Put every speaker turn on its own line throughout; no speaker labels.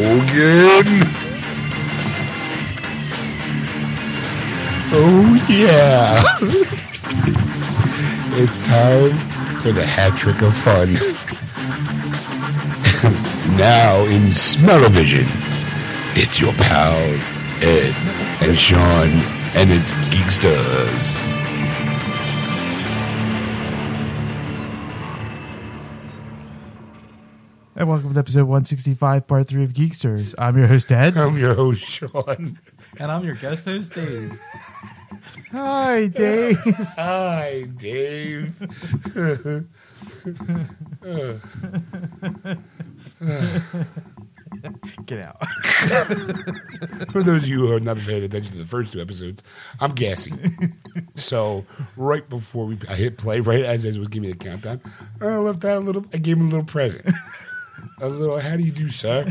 Hogan. Oh, yeah. it's time for the hat trick of fun. now in Smell-O-Vision, it's your pals, Ed and Sean, and it's Geeksters.
And welcome to episode 165, part three of Geeksters. I'm your host, Ed.
I'm your host, Sean.
And I'm your guest host, Dave.
Hi, Dave.
Hi, Dave.
Get out.
For those of you who have not paying attention to the first two episodes, I'm gassy. so right before we I hit play, right as I was giving me the countdown, I left out a little. I gave him a little present, a little. How do you do, sir?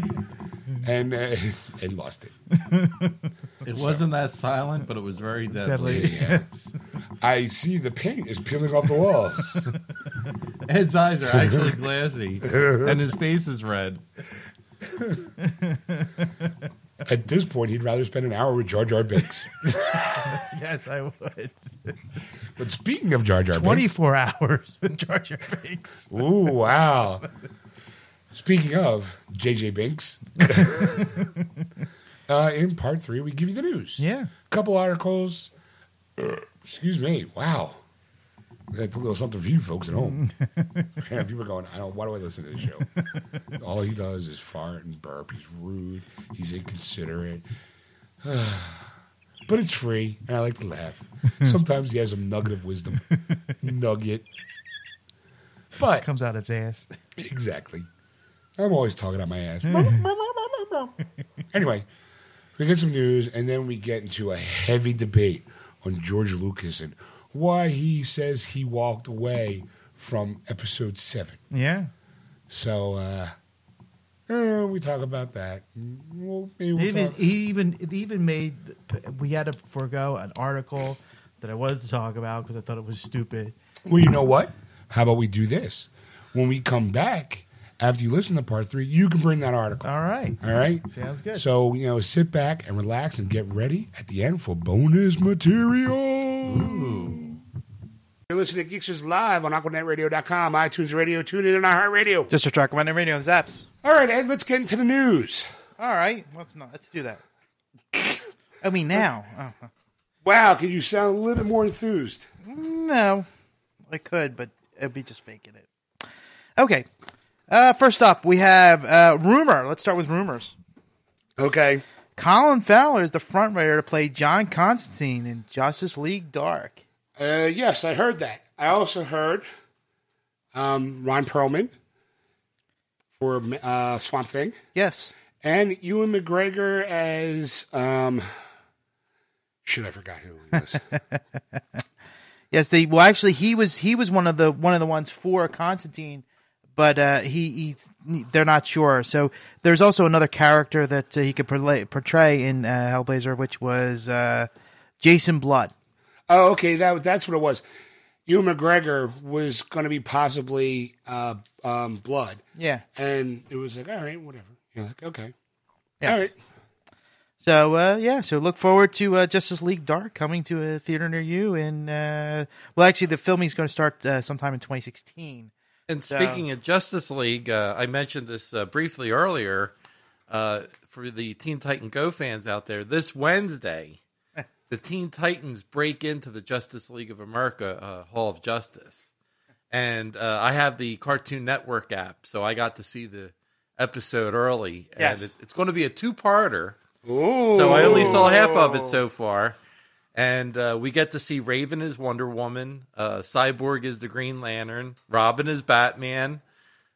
And uh, and lost it.
It wasn't that silent, but it was very deadly.
Deadly.
Yeah.
Yes.
I see the paint is peeling off the walls.
Ed's eyes are actually glassy, and his face is red.
At this point, he'd rather spend an hour with Jar Jar Binks.
Yes, I would.
but speaking of Jar Jar Binks,
24 hours with Jar Jar Binks.
ooh wow. Speaking of JJ Binks, uh, in part three, we give you the news.
Yeah.
couple articles. Excuse me. Wow. That's a little something for you folks at home. Man, people are going, I don't, why do I listen to this show? All he does is fart and burp. He's rude. He's inconsiderate. but it's free, and I like to laugh. Sometimes he has some nugget of wisdom. nugget. But
Comes out of his ass.
Exactly. I'm always talking out my ass. anyway, we get some news, and then we get into a heavy debate on George Lucas and why he says he walked away from episode seven.
Yeah.
So, uh, eh, we talk about that. We'll, maybe
It
we'll
even,
talk-
he even, it even made, we had to forego an article that I wanted to talk about because I thought it was stupid.
Well, you know what? How about we do this? When we come back, after you listen to part three, you can bring that article.
All right.
All right.
Sounds good.
So, you know, sit back and relax and get ready at the end for bonus material. You're listening to Geeksters Live on AquanetRadio.com, iTunes Radio, TuneIn, and iHeartRadio.
District Track Monday Radio and Zaps.
All right, Ed, let's get into the news.
All right, let's not let's do that. I mean now. Oh,
Wow, can you sound a little bit more enthused?
no, I could, but it'd be just faking it. Okay. Uh, first up, we have uh, rumor. Let's start with rumors.
Okay.
Colin Fowler is the front runner to play John Constantine in Justice League Dark.
Uh, yes, I heard that. I also heard um, Ron Perlman for uh, Swamp Thing.
Yes,
and Ewan McGregor as um shit I forgot who he was.
yes. They well, actually, he was he was one of the one of the ones for Constantine, but uh, he he's, they're not sure. So there's also another character that uh, he could portray, portray in uh, Hellblazer, which was uh, Jason Blood.
oh, okay, that that's what it was. Ewan McGregor was going to be possibly uh, um, blood,
Yeah.
and it was like, all right, whatever. You're like, okay,
Yes.
all right.
So uh, yeah, so look forward to uh, Justice League Dark coming to a theater near you. And uh, well, actually, the filming is going to start uh, sometime in 2016.
And speaking of Justice League, uh, I mentioned this uh, briefly earlier. Uh, for the Teen Titan Go fans out there, this Wednesday, the Teen Titans break into the Justice League of America uh, Hall of Justice. And uh, I have the Cartoon Network app, so I got to see the episode early. And
Yes.
it, it's going to be a two parter. So I only saw half of it so far. And uh, we get to see Raven as Wonder Woman, uh, Cyborg is the Green Lantern, Robin is Batman,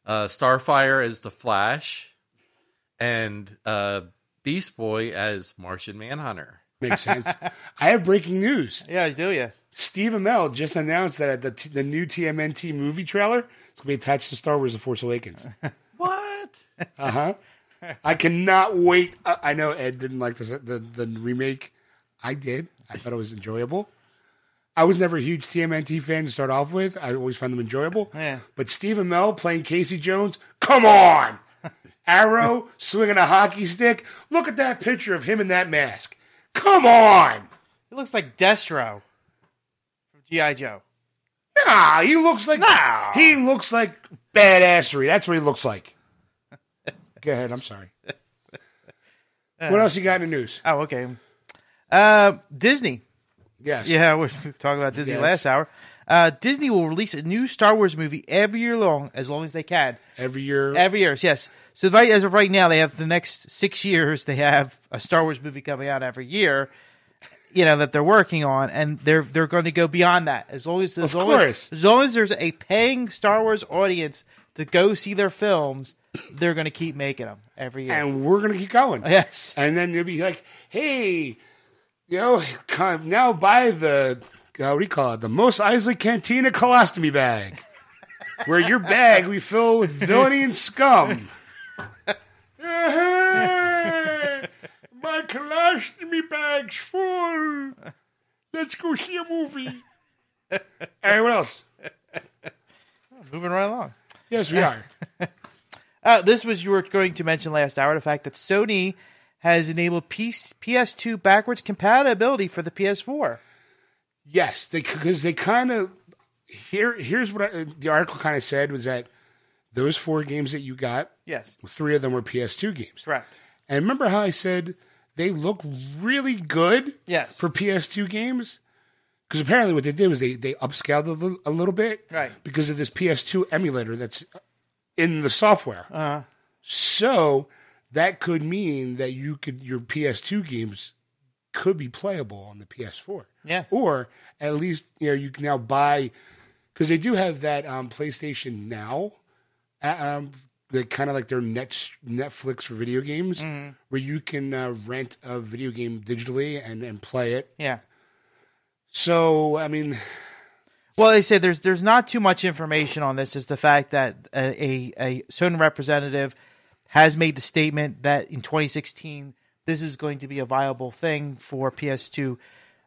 uh, Starfire as the Flash, and uh, Beast Boy as Martian Manhunter.
Makes sense. I have breaking news.
Yeah, do you?
Steve Amell just announced that at the t- the new TMNT movie trailer is going to be attached to Star Wars: The Force Awakens.
What?
Uh huh. I cannot wait. I, I know Ed didn't like the, the the remake. I did. I thought it was enjoyable. I was never a huge TMNT fan to start off with. I always found them enjoyable.
Yeah.
But Steve Amell playing Casey Jones, come on! Arrow swinging a hockey stick. Look at that picture of him in that mask. Come on.
It looks like Destro from GI Joe.
Nah, he looks like he looks like badassery. That's what he looks like. Go ahead. I'm sorry. What else you got in the news?
Oh, okay. Uh, Disney.
Yes.
Yeah, we were talking about Disney
Yes.
last hour. Uh, Disney will release a new Star Wars movie every year long, as long as they can.
Every year.
Every year, yes. So right, as of right now, they have the next six years. They have a Star Wars movie coming out every year. You know that they're working on, and they're they're going to go beyond that as long as as
Of
long as,
course.
as long as there's a paying Star Wars audience to go see their films, they're going to keep making them every year.
and we're gonna keep going.
yes,
And then you'll be like, hey, you know, come now buy the uh, what do you call it? The most Isley Cantina colostomy bag, where your bag we fill with villainy and scum. Hey, my colostomy bag's full. Let's go see a movie. Hey, what else?
moving right along.
Yes, we are.
Uh, this was you were going to mention last hour the fact that Sony has enabled PS- PS2 backwards compatibility for the PS4.
Yes, they because they kind of here. Here's what I, the article kind of said was that those four games that you got,
Yes,
three of them were PS2 games.
correct.
And remember how I said they look really good
Yes,
for PS2 games? Because apparently what they did was they they upscaled a little, a little bit,
Right.
Because of this PS2 emulator that's in the software.
Uh-huh.
So that could mean that you could your PS2 games could be playable on the PS4
yes,
or at least you know you can now buy because they do have that um, PlayStation Now, uh, um, like kind of like their net Netflix for video games, where you can uh, rent a video game digitally and and play it.
yeah.
So I mean,
Well, they say there's there's not too much information on this. Just the fact that a, a, a certain representative has made the statement that in 2016 this is going to be a viable thing for PS2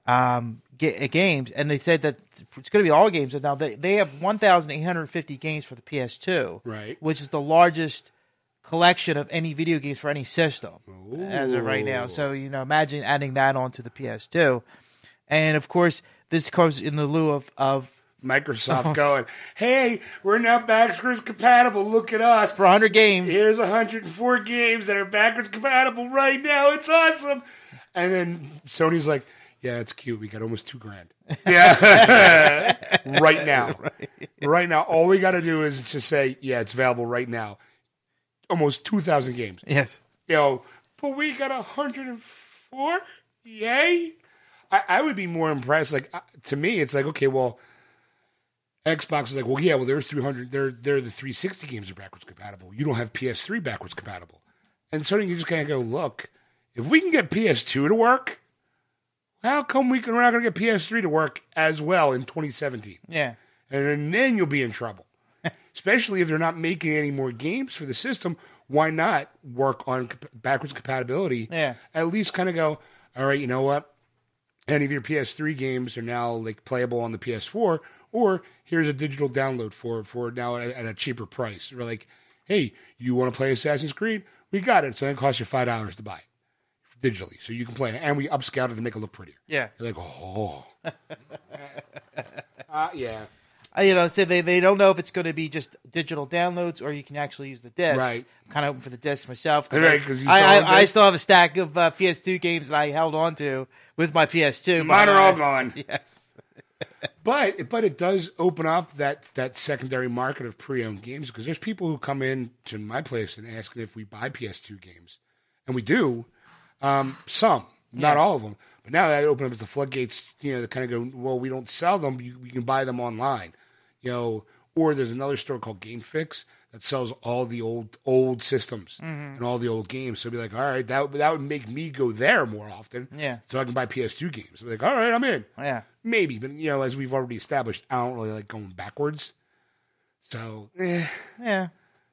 um, ga- uh, games, and they said that it's going to be all games. And now they they have 1,850 games for the PS2,
Right.
Which is the largest collection of any video games for any system as of right now. So you know, imagine adding that onto the PS2, and of course this comes in the lieu of of
Microsoft going, hey, we're now backwards compatible. Look at us.
for 100 games.
Here's 104 games that are backwards compatible right now. It's awesome. And then Sony's like, yeah, it's cute. We got almost two grand. Yeah. right now. Right. now. All we got to do is just say, yeah, it's available right now. Almost 2,000 games.
Yes.
You know, but we got 104? Yay. I, I would be more impressed. Like, uh, to me, it's like, okay, well, Xbox is like, well, yeah, well, there's 300, they're, they're the 360 games are backwards compatible. You don't have PS3 backwards compatible. And Sony, you just kind of go, look, if we can get PS2 to work, how come we can, we're not going to get PS3 to work as well in 2017?
Yeah.
and then- then you'll be in trouble. Especially if they're not making any more games for the system, why not work on comp- backwards compatibility?
Yeah.
At least kind of go, all right, you know what? Any of your PS3 games are now like playable on the PS4, or here's a digital download for for now at, at a cheaper price. Or like, hey, you want to play Assassin's Creed? We got it. So it costs you five dollars to buy it digitally, so you can play it, and we upscaled it to make it look prettier.
Yeah.
You're like, oh, uh, yeah.
Uh, You know, so they, they don't know if it's going to be just digital downloads or you can actually use the discs.
Right.
I'm kind of open for the discs myself. Cause
Right,
I,
'cause you
I,
still
I,
own
I
discs?
still have a stack of uh, PS2 games that I held on to with my PS2.
Mine are all
behind.
gone.
Yes.
But but it does open up that that secondary market of pre-owned games because there's people who come in to my place and ask if we buy PS2 games, and we do, um, some, not all of them. But now that opens up the floodgates, you know, to kind of go, well, we don't sell them, you, we can buy them online, you know. Or there's another store called Game Fix that sells all the old old systems
Mm-hmm.
and all the old games. So be like, all right, that that would make me go there more often,
Yeah.
So I can buy PS2 games. I'd be like, all right, I'm in.
Yeah.
Maybe, but you know, as we've already established, I don't really like going backwards. So, eh.
Yeah.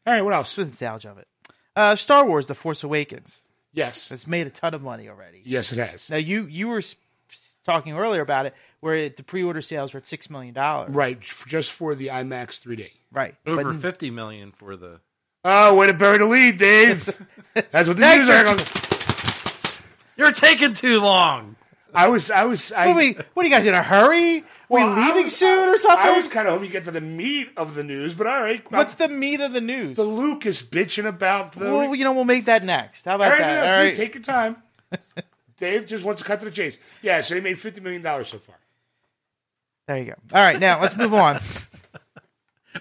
all right, what else?
It's the nostalgia of it. Uh, Star Wars The Force Awakens.
Yes,
It's made a ton of money already.
yes, it has.
Now, you, you were s- s- talking earlier about it where it, the pre order sales were at $6 million.
Right, f- just for the IMAX 3D.
Right.
Over
But-
fifty million for the
Oh, way to bury the lead, Dave. That's what the
Thanks,
news article.
You're taking too long.
I was, I was, I,
What, are we, what are you guys in a hurry?
well,
we
I
leaving
was- uh,
soon or
I was
something?
kind of hoping you get to the meat of the news, but all right.
What's the meat of the news?
the Lucas bitching about the?
Well, you know, we'll make that next. How
All
about
right,
that?
no, no,
All
dude,
right.
take your time. Dave just wants to cut to the chase. Yeah, so they made fifty million dollars so far.
There you go. All right, now let's move on.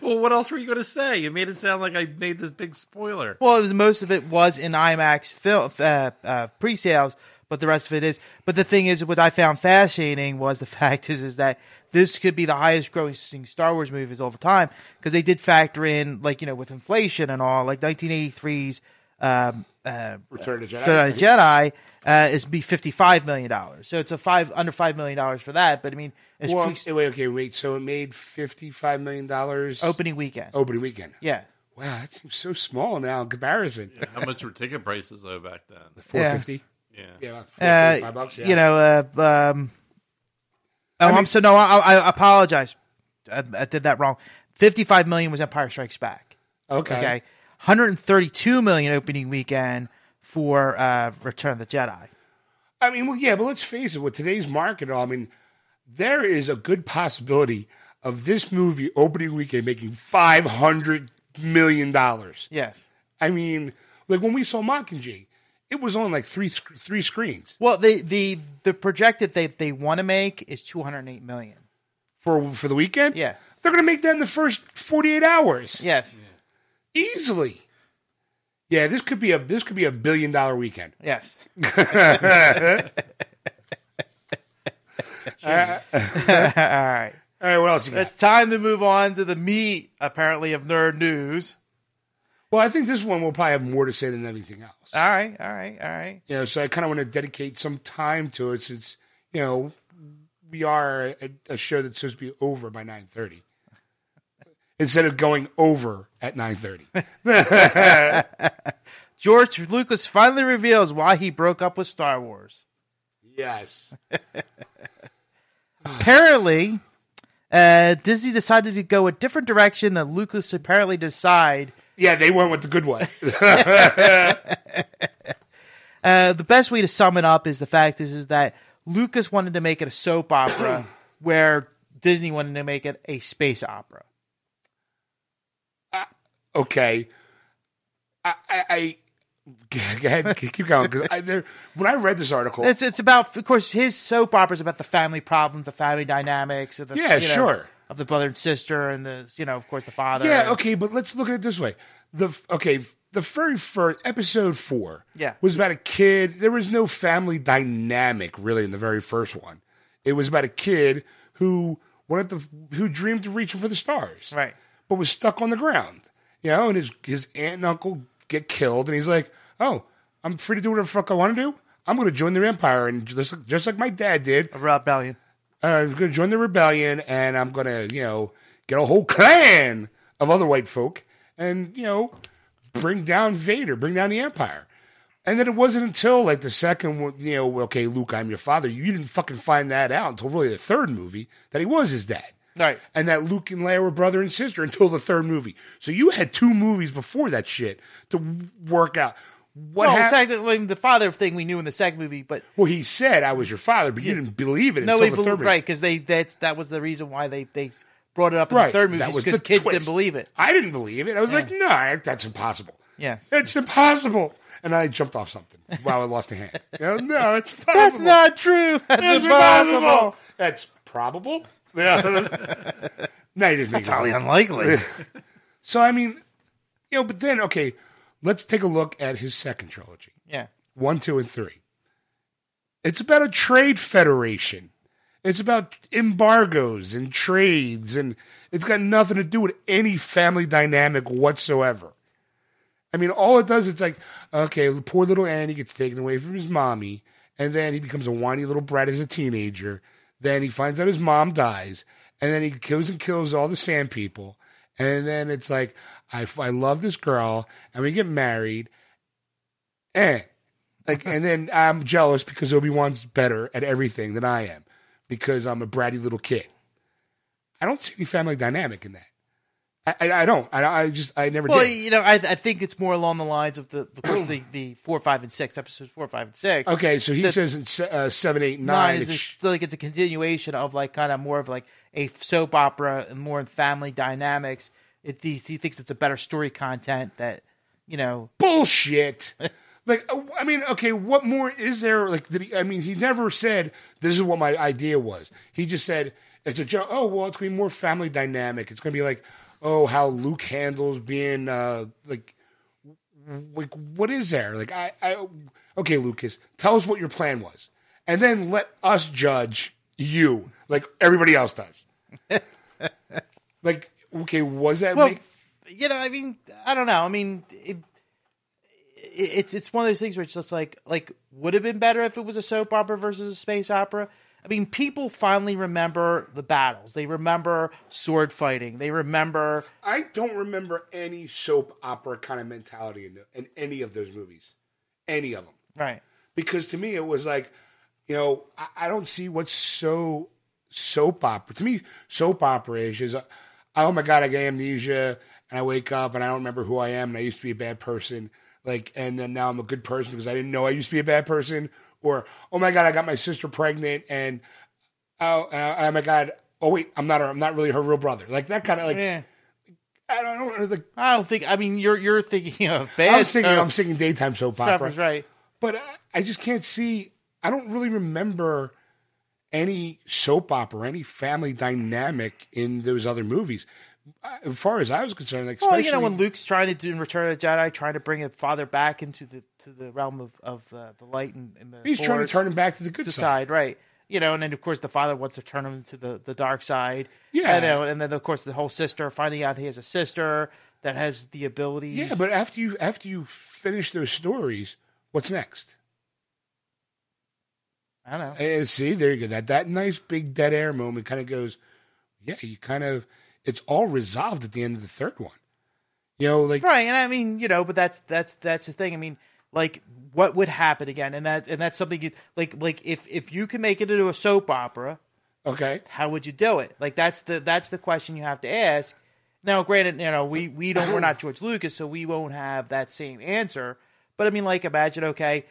Well, what else were you going to say? You made it sound like I made this big spoiler.
Well, it was, most of it was in IMAX film uh, uh, pre-sales, but the rest of it is. But the thing is, what I found fascinating was the fact is is that this could be the highest-grossing Star Wars movies all the time because they did factor in like you know with inflation and all like 1983's um, uh,
Return of the Jedi.
Return of the Jedi uh, is be 55 million dollars. So it's a five under five million dollars for that. But I mean, it's
Well,
pre-
wait, okay, wait. So it made fifty-five million dollars
opening weekend.
opening weekend.
Yeah.
Wow, that seems so small now in comparison.
How much were ticket prices though back then?
Four fifty.
Yeah.
Yeah, about four,
uh,
five bucks. Yeah.
you know, uh, um, oh, I am so no, I, I apologize. I, I did that wrong. 55 million was Empire Strikes Back.
okay.
Okay. 132 million opening weekend for uh, Return of the Jedi.
I mean, well, yeah, but let's face it. With today's market, I mean, there is a good possibility of this movie opening weekend making five hundred million dollars.
Yes.
I mean, like when we saw Mockingjay, it was on like three sc- three screens
Well, the the the projected they they want to make is 208 million.
for for the weekend.
Yeah.
they're gonna make that in the first forty eight hours
Yes.
easily. Yeah, this could be a this could be a billion dollar weekend.
Yes. All right.
All right, what else you got?
It's time to move on to the meat, apparently, of nerd news.
well, I think this one will probably have more to say than anything else.
All right. All right. All right.
you know, so I kind of want to dedicate some time to it since you know we are a, a show that's supposed to be over by nine thirty instead of going over at nine thirty.
George Lucas finally reveals why he broke up with Star Wars.
yes.
Apparently, uh, Disney decided to go a different direction than Lucas apparently decide.
Yeah, they went with the good one.
Uh, the best way to sum it up is the fact is, is that Lucas wanted to make it a soap opera, where Disney wanted to make it a space opera.
okay. I, I, I go ahead, keep going because I there when I read this article,
It's it's about, of course, his soap opera is about the family problems, the family dynamics, of the
Yeah,
you know,
sure.
of the brother and sister, and the you know, of course, the father.
Yeah,
and-
okay, but let's look at it this way. The f- okay, the very first episode four,
Yeah.
was about a kid. There was no family dynamic really in the very first one. It was about a kid who wanted to, who dreamed of reaching for the stars,
Right.
But was stuck on the ground, you know. And his his aunt and uncle get killed, and he's like, "Oh, I'm free to do whatever the fuck I want to do. I'm going to join the empire, and just just like my dad did,
rebellion.
uh, I'm going to join the rebellion and I'm going to, you know, get a whole clan of other white folk and, you know, bring down Vader, bring down the Empire. And then it wasn't until like the second one, you know, okay, Luke, I'm your father. You didn't fucking find that out until really the third movie that he was his dad.
Right.
And that Luke and Leia were brother and sister until the third movie. So you had two movies before that shit to work out. What
Well,
hap-
technically, the father thing we knew in the second movie, but
well, he said I was your father, but you didn't believe it
no,
until
we
the
believe
third movie.
right because they that's that was the reason why they they brought it up in the third movie
That was
because
the
kids
twist.
didn't believe it.
I didn't believe it. I was like, no, I- that's impossible.
Yes.
It's impossible. And I jumped off something while I lost a hand. You know, no, it's impossible.
That's not true. That's
It's
impossible.
That's probable. Yeah. no, you just make
It's
it up.
highly unlikely.
So, I mean, you know, but then, okay, let's take a look at his second trilogy
yeah.
one, two, and three. It's about a trade federation. It's about embargoes and trades, and it's got nothing to do with any family dynamic whatsoever. I mean, all it does it's like, okay, poor little Annie gets taken away from his mommy, and then he becomes a whiny little brat as a teenager. Then he finds out his mom dies, and then he goes and kills all the sand people. And then it's like, I, I love this girl, and we get married, eh. Like, and then I'm jealous because Obi Wan's better at everything than I am because I'm a bratty little kid. I don't see any family dynamic in that. I, I, I don't. I, I just I never
Well,
did.
you know, I, I think it's more along the lines of the the, of course, the the four, five, and six episodes. Four, five, and six.
Okay, so he
the-
says in se- uh, seven, eight, nine.
Nine is a,
it's-
so like it's a continuation of like kind of more of like a soap opera and more in family dynamics. It, he, he thinks it's a better story content that you know.
bullshit. like, uh, I mean, okay, what more is there? Like, did he, I mean, he never said this is what my idea was. He just said it's a joke. Oh, well, it's going to be more family dynamic. It's going to be like, oh, how Luke handles being uh, like, like what is there? Like, I, I, okay, Lucas, tell us what your plan was, and then let us judge you, like everybody else does. like, okay, was that?
Well,
make-
you know, I mean, I don't know. I mean, it, it, it's it's one of those things where it's just like like would have been better if it was a soap opera versus a space opera. I mean, people finally remember the battles. They remember sword fighting. They remember
I don't remember any soap opera kind of mentality in, in any of those movies, any of them,
right.
because to me it was like, you know, I, I don't see what's so soap opera. To me, soap opera is just, oh my god, I get amnesia and I wake up and I don't remember who I am and I used to be a bad person, like, and then now I'm a good person because I didn't know I used to be a bad person, or oh my god, I got my sister pregnant and oh, uh, oh my god, oh wait, I'm not her, I'm not really her real brother, like that kind of like.
Yeah.
I don't, I don't like
I don't think. I mean, you're you're thinking of bad.
I'm singing,
soap
I'm singing daytime soap
operas,
opera,
uh, right?
but I, I just can't see. I don't really remember any soap opera, any family dynamic in those other movies. Uh, As far as I was concerned, like
Well,
especially,
you know, when Luke's trying to do in Return of the Jedi, trying to bring his father back into the to the realm of of uh, the light and, and the
he's trying to
Force.
turn him back to the good
to
side.
side, right? You know, and then of course the father wants to turn him to the, the dark side.
Yeah.
you know, and then of course the whole sister finding out he has a sister that has the abilities.
Yeah, but after you after you finish those stories, what's next?
I don't know.
And see, there you go. That that nice big dead air moment kind of goes, yeah, you kind of it's all resolved at the end of the third one. You know, like
Right, and I mean, you know, but that's that's that's the thing. I mean, like what would happen again? And that's and that's something you like like if if you can make it into a soap opera,
okay,
how would you do it? Like that's the that's the question you have to ask. Now, granted, you know we we don't we're not George Lucas, so we won't have that same answer. But I mean, like imagine okay,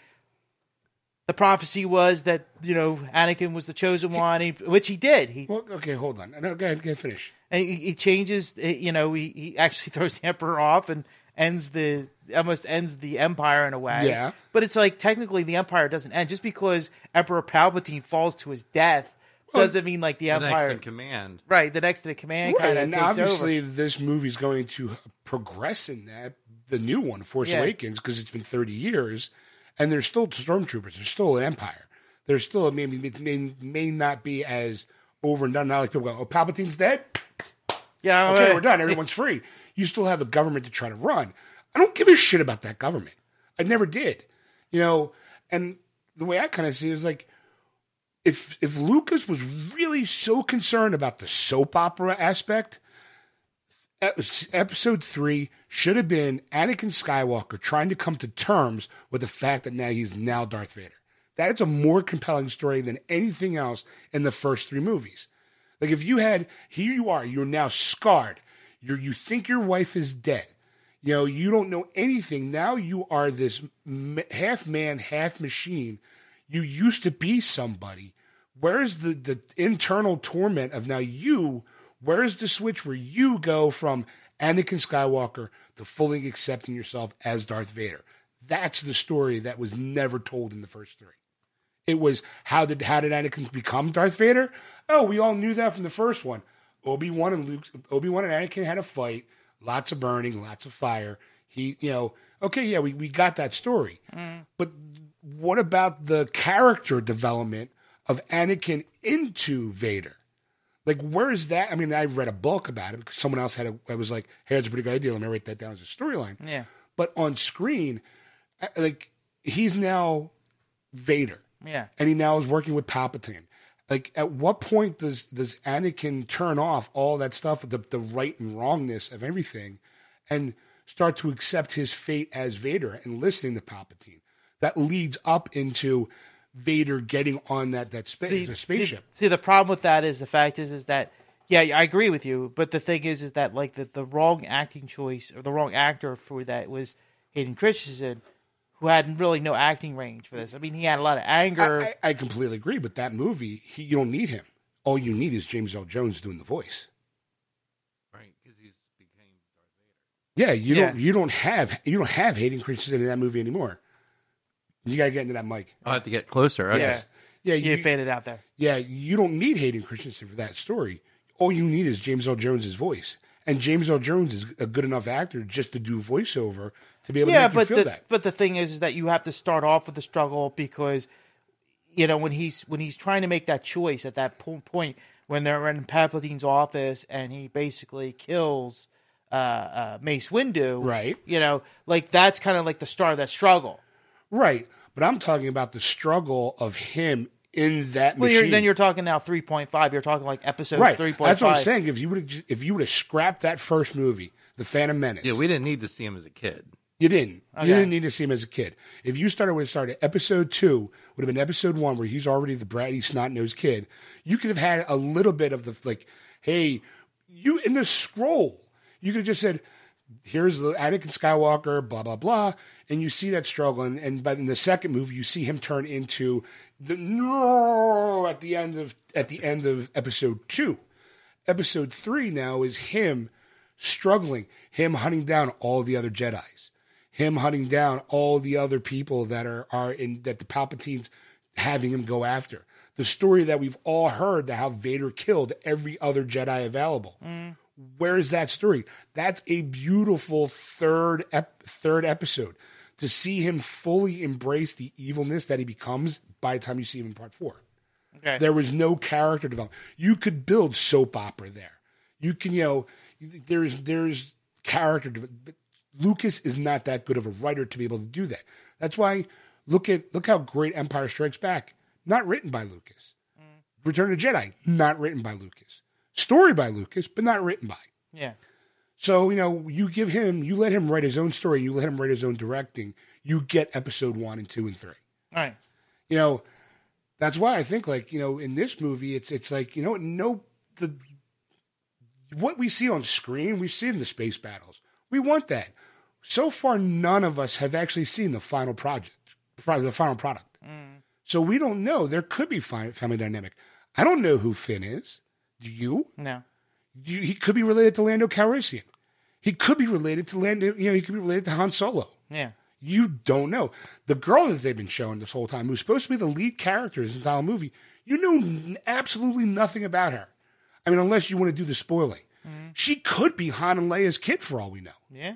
the prophecy was that you know Anakin was the chosen one, he, which he did. He
well, okay, hold on. No, go ahead, go ahead, finish.
and he, he changes. eh, You know, he, he actually throws the Emperor off and ends the almost ends the Empire in a way.
Yeah.
but it's like technically the Empire doesn't end just because Emperor Palpatine falls to his death. Doesn't mean like the
The next
empire
in command.
Right, the next to the command
Right,
kind of
and
takes
obviously
over.
this movie's going to progress in that the new one, Force
Yeah.
Awakens, because it's been thirty years, and there's still stormtroopers, there's still an empire, there's still maybe it may, may not be as overdone. Not like people go, "Oh, Palpatine's dead,
Yeah,
okay,
right.
we're done, everyone's free." You still have a government to try to run. I don't give a shit about that government. I never did, you know. And the way I kind of see it is like. If if Lucas was really so concerned about the soap opera aspect, episode three should have been Anakin Skywalker trying to come to terms with the fact that now he's now Darth Vader. That is a more compelling story than anything else in the first three movies. Like if you had here you are, you're now scarred. You you think your wife is dead. You know you don't know anything. Now you are this m- half man, half machine. You used to be somebody. Where's the the internal torment of now you? Where's the switch where you go from Anakin Skywalker to fully accepting yourself as Darth Vader? That's the story that was never told in the first three. It was how did how did Anakin become Darth Vader? Oh, we all knew that from the first one. Obi Wan and Luke, Obi Wan and Anakin had a fight. Lots of burning, lots of fire. He, you know, okay, yeah, we, we got that story. But what about the character development of Anakin into Vader? Like, where is that? I mean, I read a book about it because someone else had a. I was like, hey, that's a pretty good idea. Let me write that down as a storyline.
Yeah.
But on screen, I- like, he's now Vader
Yeah.
and he now is working with Palpatine. Like, at what point does does Anakin turn off all that stuff, the the right and wrongness of everything, and start to accept his fate as Vader and listening to Palpatine? That leads up into Vader getting on that that spa- the spaceship.
See, see, the problem with that is the fact is is that Yeah, I agree with you. But the thing is, is that like the, the wrong acting choice or the wrong actor for that was Hayden Christensen, who had really no acting range for this. I mean, he had a lot of anger.
I, I, I completely agree, but that movie, he, you don't need him. All you need is James L. Jones doing the voice.
Right, because he's became
Yeah, you
Yeah.
don't you don't have you don't have Hayden Christensen in that movie anymore. You gotta get into that mic.
I'll have to get closer. Okay.
Yeah.
Yeah,
you
you,
faded out there.
yeah, you don't need Hayden Christensen for that story. All you need is James L. Jones's voice, and James L. Jones is a good enough actor just to do voiceover to be able to
yeah,
make
but
you feel
the,
that.
but the thing is, is that you have to start off with the struggle because you know when he's when he's trying to make that choice at that po- point when they're in Palpatine's office and he basically kills uh, uh, Mace Windu,
Right.
You know, like that's kind of like the start of that struggle.
Right, but I'm talking about the struggle of him in that
Well,
machine.
you're, then you're talking now three point five. You're talking like episode
right.
three point
That's what I'm
five.
saying. If you would if you would have scrapped that first movie, The Phantom Menace,
Yeah, we didn't need to see him as a kid.
You didn't.
Okay.
You didn't need to see him as a kid. If you started with started episode two, would have been episode one where he's already the bratty snot nosed kid. You could have had a little bit of the like, hey, you in the scroll. You could have just said, here's the Anakin Skywalker, blah blah blah, and you see that struggle, and, and but in the second movie, you see him turn into the no at the end of at the end of episode two. Episode three now is him struggling, him hunting down all the other Jedi's, him hunting down all the other people that are are in that the Palpatines having him go after. The story that we've all heard that how Vader killed every other Jedi available. Where is that story? That's a beautiful third ep- third episode to see him fully embrace the evilness that he becomes by the time you see him in part four.
Okay.
There was no character development. You could build soap opera there. You can, you know, there's there's character. deve- but Lucas is not that good of a writer to be able to do that. That's why look at look how great Empire Strikes Back. Not written by Lucas. Return of the Jedi. Not written by Lucas. Story by Lucas, but not written by.
Yeah.
So you know, you give him, you let him write his own story, you let him write his own directing. You get episode one and two and three
All right.
you know that's why i think like you know in this movie it's it's like you know what, no the what we see on screen we've seen the space battles we want that so far none of us have actually seen the final project probably the final product so we don't know there could be fi- family dynamic i don't know who finn is do you
No.
you, he could be related to lando calrissian he could be related to lando you know he could be related to han solo
Yeah.
you don't know. The girl that they've been showing this whole time, who's supposed to be the lead character in this entire movie, you know n- absolutely nothing about her. I mean, unless you want to do the spoiling. She could be Han and Leia's kid for all we know.
Yeah.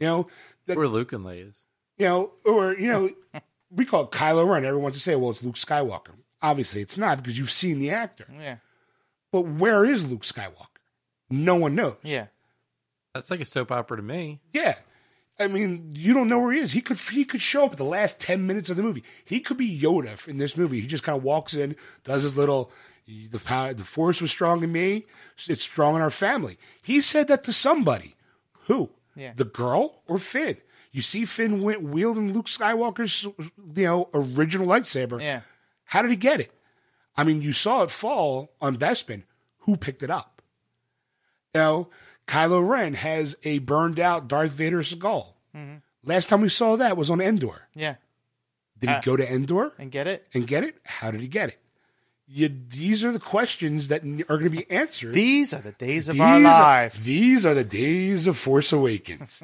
You know, that,
Or Luke and Leia's.
you know, or you know, we call it Kylo Ren. Everyone wants to say, "Well, it's Luke Skywalker." Obviously, it's not because you've seen the actor.
Yeah.
But where is Luke Skywalker? No one knows.
Yeah.
That's like a soap opera to me.
Yeah. I mean, you don't know where he is. He could he could show up at the last ten minutes of the movie. He could be Yoda in this movie. He just kind of walks in, does his little. The power, the force was strong in me. It's strong in our family. He said that to somebody. Who?
Yeah.
The girl or Finn? You see Finn went wielding Luke Skywalker's you know original lightsaber.
Yeah.
How did he get it? I mean, you saw it fall on Bespin. Who picked it up? Now, Kylo Ren has a burned out Darth Vader skull. Last time we saw that was on Endor.
Yeah.
Did he
Uh,
go to Endor
And get it.
and get it? How did he get it? You, these are the questions that n- are going to be answered.
These are the days of
these,
our
are,
life.
these are the days of Force Awakens.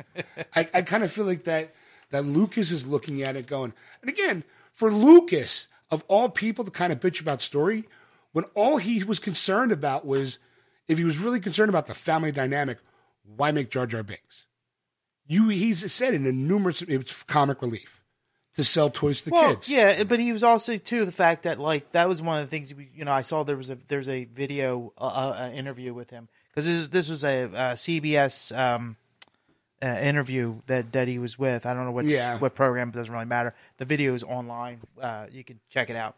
I, I kind of feel like that that Lucas is looking at it going, and again, for Lucas, of all people to kind of bitch about story, when all he was concerned about was if he was really concerned about the family dynamic, why make Jar Jar Binks? You he's said in a numerous it's comic relief to sell toys to the
well,
kids.
yeah, but he was also too the fact that like that was one of the things we, you know I saw there was a there's a video uh, uh, interview with him because this, this was a uh, CBS um, uh, interview that that he was with. I don't know what
Yeah.
what program it doesn't really matter. The video is online. Uh, you can check it out.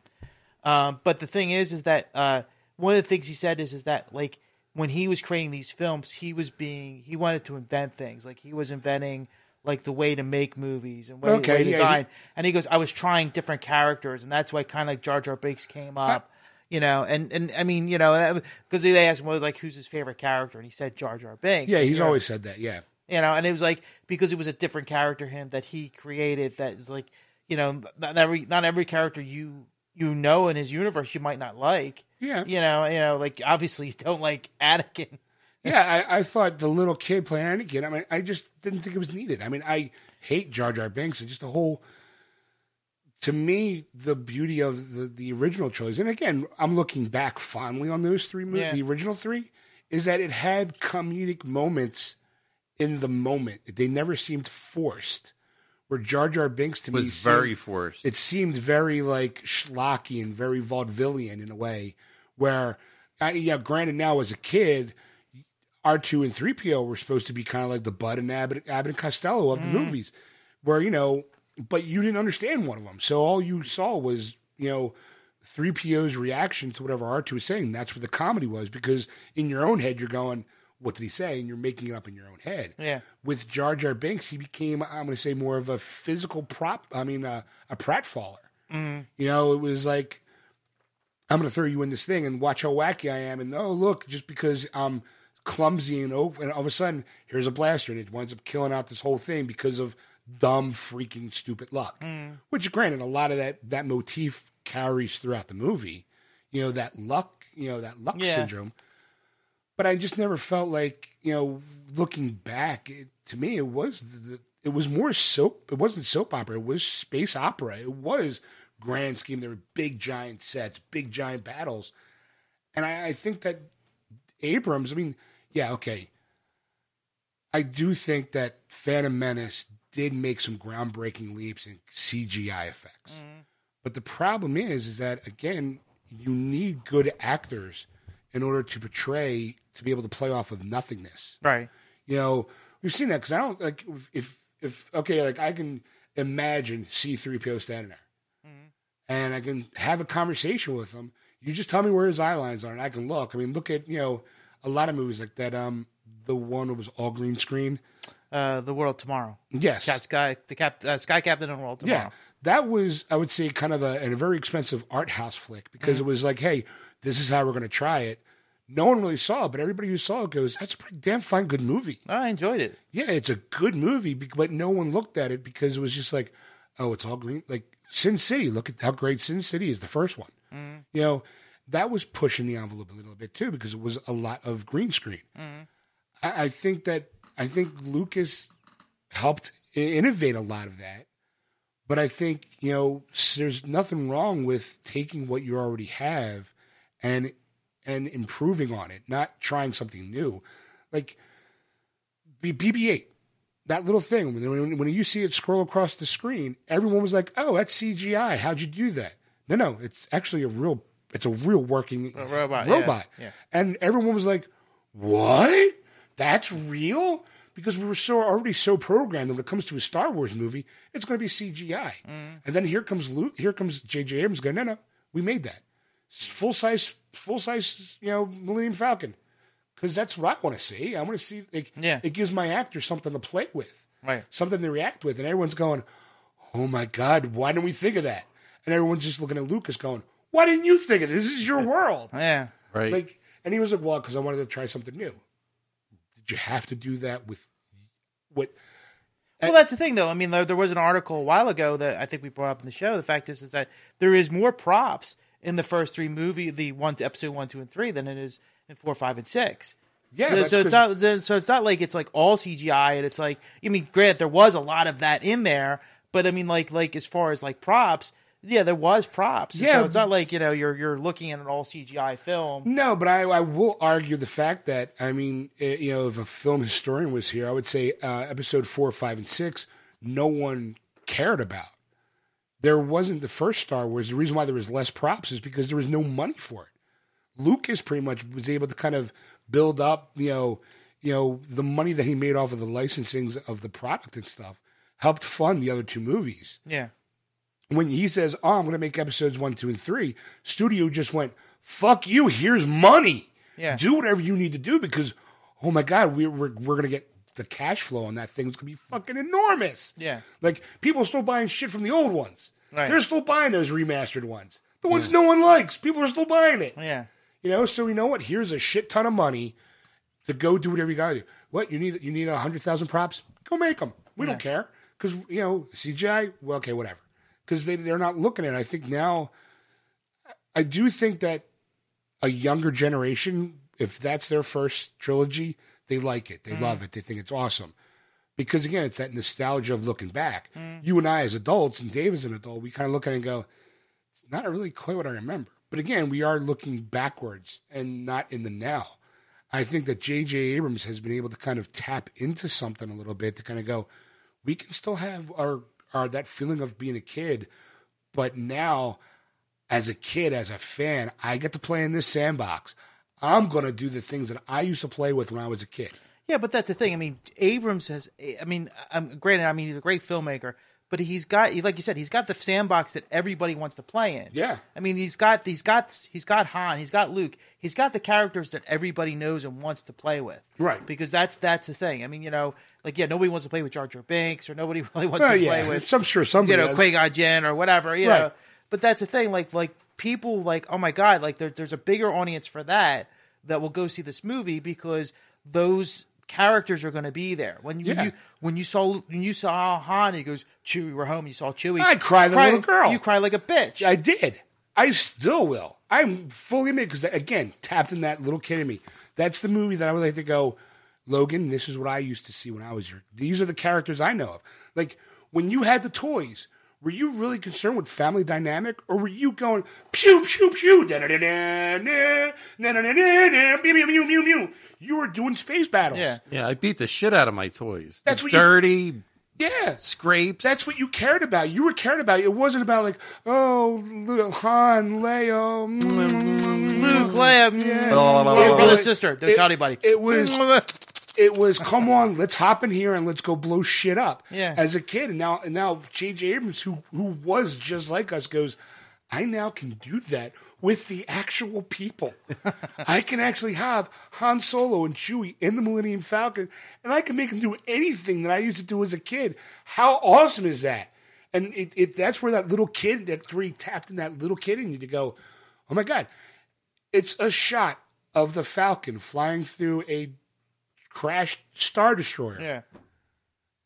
Um, but the thing is, is that uh, one of the things he said is is that like when he was creating these films, he was being he wanted to invent things. Like he was inventing like the way to make movies and way,
Okay,
way
yeah,
design. and he goes, I was trying different characters, and that's why kind of like Jar Jar Binks came up. You know, and and I mean, you know, because they asked him well, like who's his favorite character, and he said Jar Jar Binks.
Yeah, he's
You know,
always said that. Yeah.
you know, and it was like because it was a different character him that he created that is like you know not every not every character you you know in his universe you might not like.
Yeah.
You know, you know, like obviously you don't like Anakin.
Yeah, I, I thought the little kid playing Anakin. I mean, I just didn't think it was needed. I mean, I hate Jar Jar Binks and just the whole. To me, the beauty of the, the original trilogy, and again, I'm looking back fondly on those three movies,
Yeah.
the original three, is that it had comedic moments in the moment. They never seemed forced. Where Jar Jar Binks to me
was
seemed-
very forced.
it seemed very like schlocky and very vaudevillian in a way where I, yeah granted now as a kid r2 and 3po were supposed to be kind of like the bud and abbott, abbott and costello of the movies where you know but you didn't understand one of them so all you saw was you know 3po's reaction to whatever r2 was saying that's where the comedy was because in your own head you're going what did he say and you're making it up in your own head
Yeah.
with Jar Jar Binks, he became I'm going to say more of a physical prop. I mean, uh, a pratfaller. You know, it was like I'm going to throw you in this thing and watch how wacky I am. And oh, look, just because I'm clumsy and over, and all of a sudden here's a blaster and it winds up killing out this whole thing because of dumb, freaking, stupid luck. Which, granted, a lot of that that motif carries throughout the movie. You know that luck. You know that luck
Yeah.
syndrome but I just never felt like you know, looking back, it, to me, it was the, it was more soap. It wasn't soap opera. It was space opera. It was grand scheme. There were big giant sets, big giant battles, and I, I think that Abrams. I mean, yeah, okay. I do think that Phantom Menace did make some groundbreaking leaps in CGI effects. But the problem is, is that again, you need good actors in order to portray to be able to play off of nothingness.
Right.
You know, we've seen that because I don't like if if okay, like I can imagine C three PO standing there, and I can have a conversation with him. You just tell me where his eye lines are, and I can look. I mean, look at you know a lot of movies like that. Um, the one that was all green screen.
Uh, the world tomorrow.
Yes,
Got Sky the cap uh, Sky Captain and World
yeah,
Tomorrow.
that was I would say kind of a, a very expensive art house flick because it was like, hey, this is how we're going to try it. No one really saw it, but everybody who saw it goes, that's a pretty damn fine good movie.
I enjoyed it.
yeah, it's a good movie, bec- but no one looked at it because it was just like, oh, it's all green. Like Sin City, look at how great Sin City is, the first one. You know, that was pushing the envelope a little bit too because it was a lot of green screen. I, I think that I think Lucas helped i- innovate a lot of that, but I think you know s- there's nothing wrong with taking what you already have and and improving on it, not trying something new. Like B- BB-8, that little thing when, when, when you see it scroll across the screen, everyone was like, "Oh, that's CGI. How'd you do that?" No, no, it's actually a real, it's a real working
robot, yeah,
robot.
yeah.
And everyone was like, "What? That's real?" Because we were so already so programmed that when it comes to a Star Wars movie, it's going to be CGI.
Mm-hmm.
And then here comes Luke, here comes J.J. Abrams going, "No, no, we made that full size, full size, you know, Millennium Falcon." Because that's what I want to see. I want to see like
Yeah.
it gives my actor something to play with,
Right.
something to react with. And everyone's going, oh my God, why didn't we think of that? And everyone's just looking at Lucas going, why didn't you think of this? This is your world.
Yeah.
right.
Like, and he was like, well, because I wanted to try something new. Did you have to do that with what?
Well, that's the thing, though. I mean, there, there was an article a while ago that I think we brought up in the show. The fact is, is that there is more props in the first three movie, the one episode one, two, and three, than it is in four, five, and six.
Yeah,
so,
that's
so it's
'cause-
not so so it's not like it's like all CGI, and it's like I mean, granted, there was a lot of that in there, but I mean, like like as far as like props, yeah, there was props. And
Yeah.
so it's not like you know you're you're looking at an all CGI film.
No, but I, I will argue the fact that I mean, eh, you know, if a film historian was here, I would say uh, episode four, five, and six, no one cared about. There wasn't the first Star Wars. The reason why there was less props is because there was no money for it. Lucas pretty much was able to kind of build up, you know, you know, the money that he made off of the licensings of the product and stuff helped fund the other two movies
Yeah,
when he says, "Oh, I'm going to make episodes one, two, and three, studio just went, "Fuck you! Here's money.
Yeah.
Do whatever you need to do because, oh my god, we, we're we're going to get the cash flow on that thing. It's going to be fucking enormous.
Yeah.
like people are still buying shit from the old ones.
Right.
They're still buying those remastered ones. The ones no one likes. People are still buying it.
Yeah.
You know, so you know what? Here's a shit ton of money to go do whatever you got to do. What you need? You need a hundred thousand props? Go make them. We don't care because you know CGI. Well, okay, whatever. Because they they're not looking at. it. I think now, I do think that a younger generation, if that's their first trilogy, they like it. They love it. They think it's awesome. Because again, it's that nostalgia of looking back. You and I, as adults, and Dave as an adult, we kind of look at it and go, it's not really quite what I remember. But again, we are looking backwards and not in the now. I think that J.J. Abrams has been able to kind of tap into something a little bit to kind of go, we can still have our, our that feeling of being a kid, but now as a kid, as a fan, I get to play in this sandbox. I'm going to do the things that I used to play with when I was a kid.
Yeah, but that's the thing. I mean, Abrams has. I mean, I'm granted. I mean, he's a great filmmaker, but he's got, like you said, he's got the sandbox that everybody wants to play in.
Yeah.
I mean, he's got, he's got, he's got Han, he's got Luke, he's got the characters that everybody knows and wants to play with.
Right.
Because that's that's the thing. I mean, you know, like yeah, nobody wants to play with Jar Jar Binks or nobody really wants
Oh,
to
yeah.
play with
I'm sure
you
somebody
know,
does.
Qui Gon Jinn or whatever, you
Right.
know. But that's the thing, like like people like, oh my god, like there, there's a bigger audience for that that will go see this movie because those characters are going to be there. When you,
Yeah.
you when you saw when you saw Han, he goes Chewie, we're home. You saw Chewie,
I cried like a little girl.
You cry like a bitch.
I did. I still will. I'm fully admitted because again, tapped in that little kid in me. That's the movie that I would like to go, Logan. This is what I used to see when I was your. These are the characters I know of. Like when you had the toys, were you really concerned with family dynamic, or were you going pew pew pew da da da da da da da da da mew mew mew mew mew? You were doing space battles.
Yeah.
Yeah, I beat the shit out of my toys.
That's
That's
what you-
dirty
yeah.
scrapes.
That's what you cared about. You were cared about. It wasn't about like, oh, little Han, Leo, mm,
Luke, Leia, mm,
It
brother,
was-
sister, don't tell anybody. Mm.
It was, it was. Come on, let's hop in here and let's go blow shit up.
Yeah.
As a kid, and now, and now, J.J. Abrams, who who was just like us, goes. I now can do that with the actual people. I can actually have Han Solo and Chewie in the Millennium Falcon, and I can make them do anything that I used to do as a kid. How awesome is that? And it, it that's where that little kid, that three tapped in that little kid in you to go, oh my god, it's a shot of the Falcon flying through a crashed Star Destroyer.
yeah,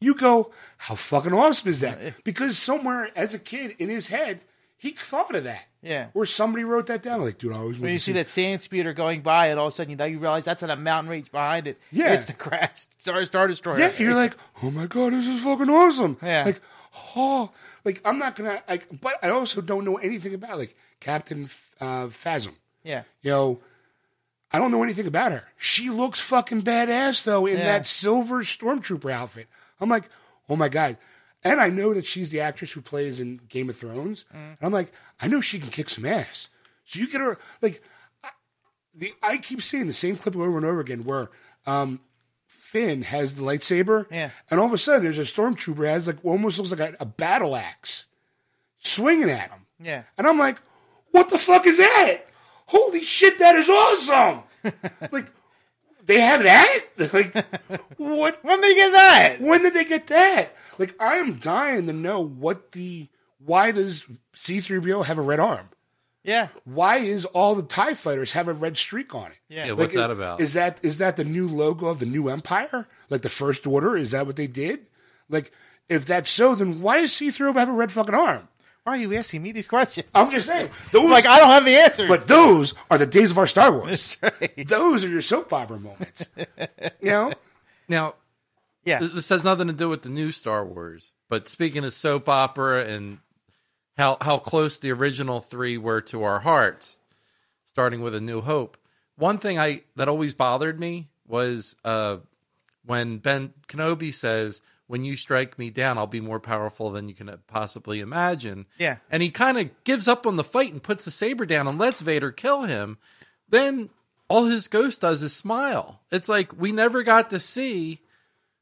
You go, how fucking awesome is that? Because somewhere as a kid in his head, he thought of that.
Yeah.
Or somebody wrote that down. Like, dude, I always
when
wanted
you
to
see that sand speeder going by, and all of a sudden you know you realize that's on a mountain range behind it.
Yeah.
it's the crashed star star destroyer.
Yeah, you're like, oh my god, this is fucking awesome.
Yeah.
Like, oh, like I'm not gonna like, but I also don't know anything about like Captain uh, Phasm.
yeah.
You know, I don't know anything about her. She looks fucking badass though in
Yeah.
that silver stormtrooper outfit. I'm like, oh my god. And I know that she's the actress who plays in Game of Thrones.
Mm.
And I'm like, I know she can kick some ass. So you get her like I- the I keep seeing the same clip over and over again where um Finn has the lightsaber,
Yeah.
and all of a sudden there's a stormtrooper has like almost looks like a, a battle axe swinging at him.
Yeah.
And I'm like, what the fuck is that? Holy shit, that is awesome! like, they have that? Like, what?
When they get that?
When did they get that? Like, I am dying to know what the why does C3PO have a red arm?
Yeah.
Why is all the Tie Fighters have a red streak on it?
yeah,
Like,
what's that about?
Is that is that the new logo of the new empire? Like the First Order? Is that what they did? Like, if that's so, then why does C3PO have a red fucking arm?
Why are you asking me these questions?
I'm just saying. Those,
like I don't have the answers.
But those are the days of our Star Wars. Those are your soap opera moments. you know?
now,
yeah,
th- this has nothing to do with the new Star Wars, but speaking of soap opera and how how close the original three were to our hearts, starting with A New Hope. One thing I that always bothered me was uh, when Ben Kenobi says, "When you strike me down, I'll be more powerful than you can possibly imagine."
Yeah.
and he kind of gives up on the fight and puts the saber down and lets Vader kill him. Then all his ghost does is smile. It's like we never got to see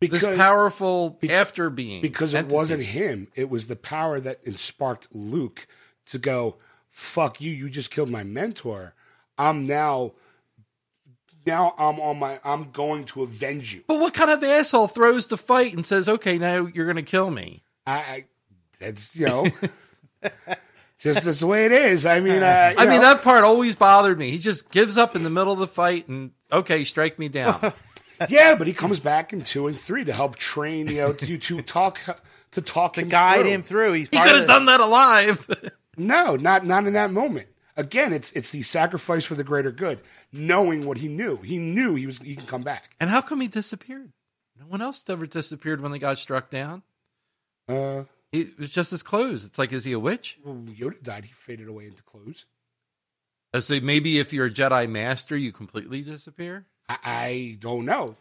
Because,
this powerful after being
because it
entity.
wasn't him. It was the power that sparked Luke to go, fuck you, you just killed my mentor. I'm now now I'm on my I'm going to avenge you.
But what kind of asshole throws the fight and says, "Okay, now you're going to kill me"?
I, I that's you know Just that's the way it is. I mean, uh,
I
you
mean,
know.
that part always bothered me. He just gives up in the middle of the fight and okay, strike me down.
yeah, but he comes back in two and three to help train you know, to, to talk to talk
to
him
guide
through.
him through. He's
he
part
could
of
have
the-
done that alive.
No, not not in that moment. Again, it's it's the sacrifice for the greater good, knowing what he knew. He knew he was he can come back.
and how come he disappeared? No one else ever disappeared when they got struck down.
Uh,
He it was just his clothes. It's like, is he a witch?
when Yoda died, he faded away into clothes.
Uh, So maybe if you're a Jedi master, you completely disappear.
I, I don't know.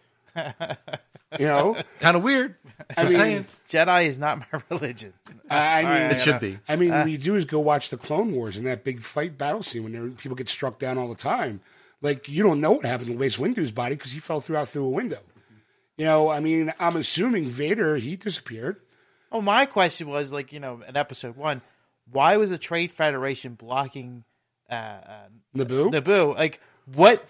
you know,
Kind of weird.
I
Just
mean,
saying.
Jedi is not my religion.
I
Sorry,
mean,
It should be.
I mean, what you do is go watch the Clone Wars and that big fight battle scene when there, people get struck down all the time. Like you don't know what happened to Mace Windu's body because he fell through out through a window. You know, I mean, I'm assuming Vader he disappeared.
Oh, my question was like you know in episode one, why was the Trade Federation blocking uh, uh,
Naboo.
Naboo? Like what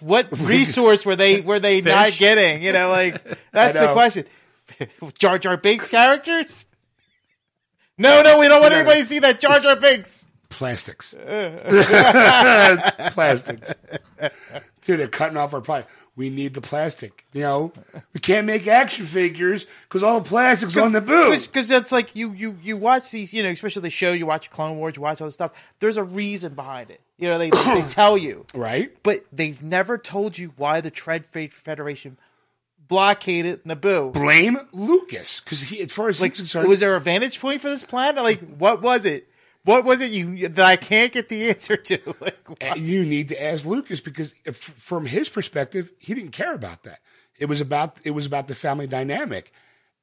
what resource were they were they not
Fish?
getting? You know, like that's the
know.
question. Jar Jar Binks characters? No, no, we don't want anybody to see that Jar Jar Binks.
plastics. plastics. Dude, they're cutting off our pie. We need the plastic. You know, we can't make action figures because all the plastic's on the booth.
because that's like you you you watch these you know especially the show you watch Clone Wars you watch all this stuff. There's a reason behind it. You know they they tell you.
Right?
but they've never told you why the Tread Fe- Federation blockaded Naboo.
Blame Lucas because he, as far as
Like,
he's concerned,
was there a vantage point for this planet? Like, what was it? What was it you that I can't get the answer to? Like, why-
you need to ask Lucas because if, from his perspective, he didn't care about that. It was about it was about the family dynamic,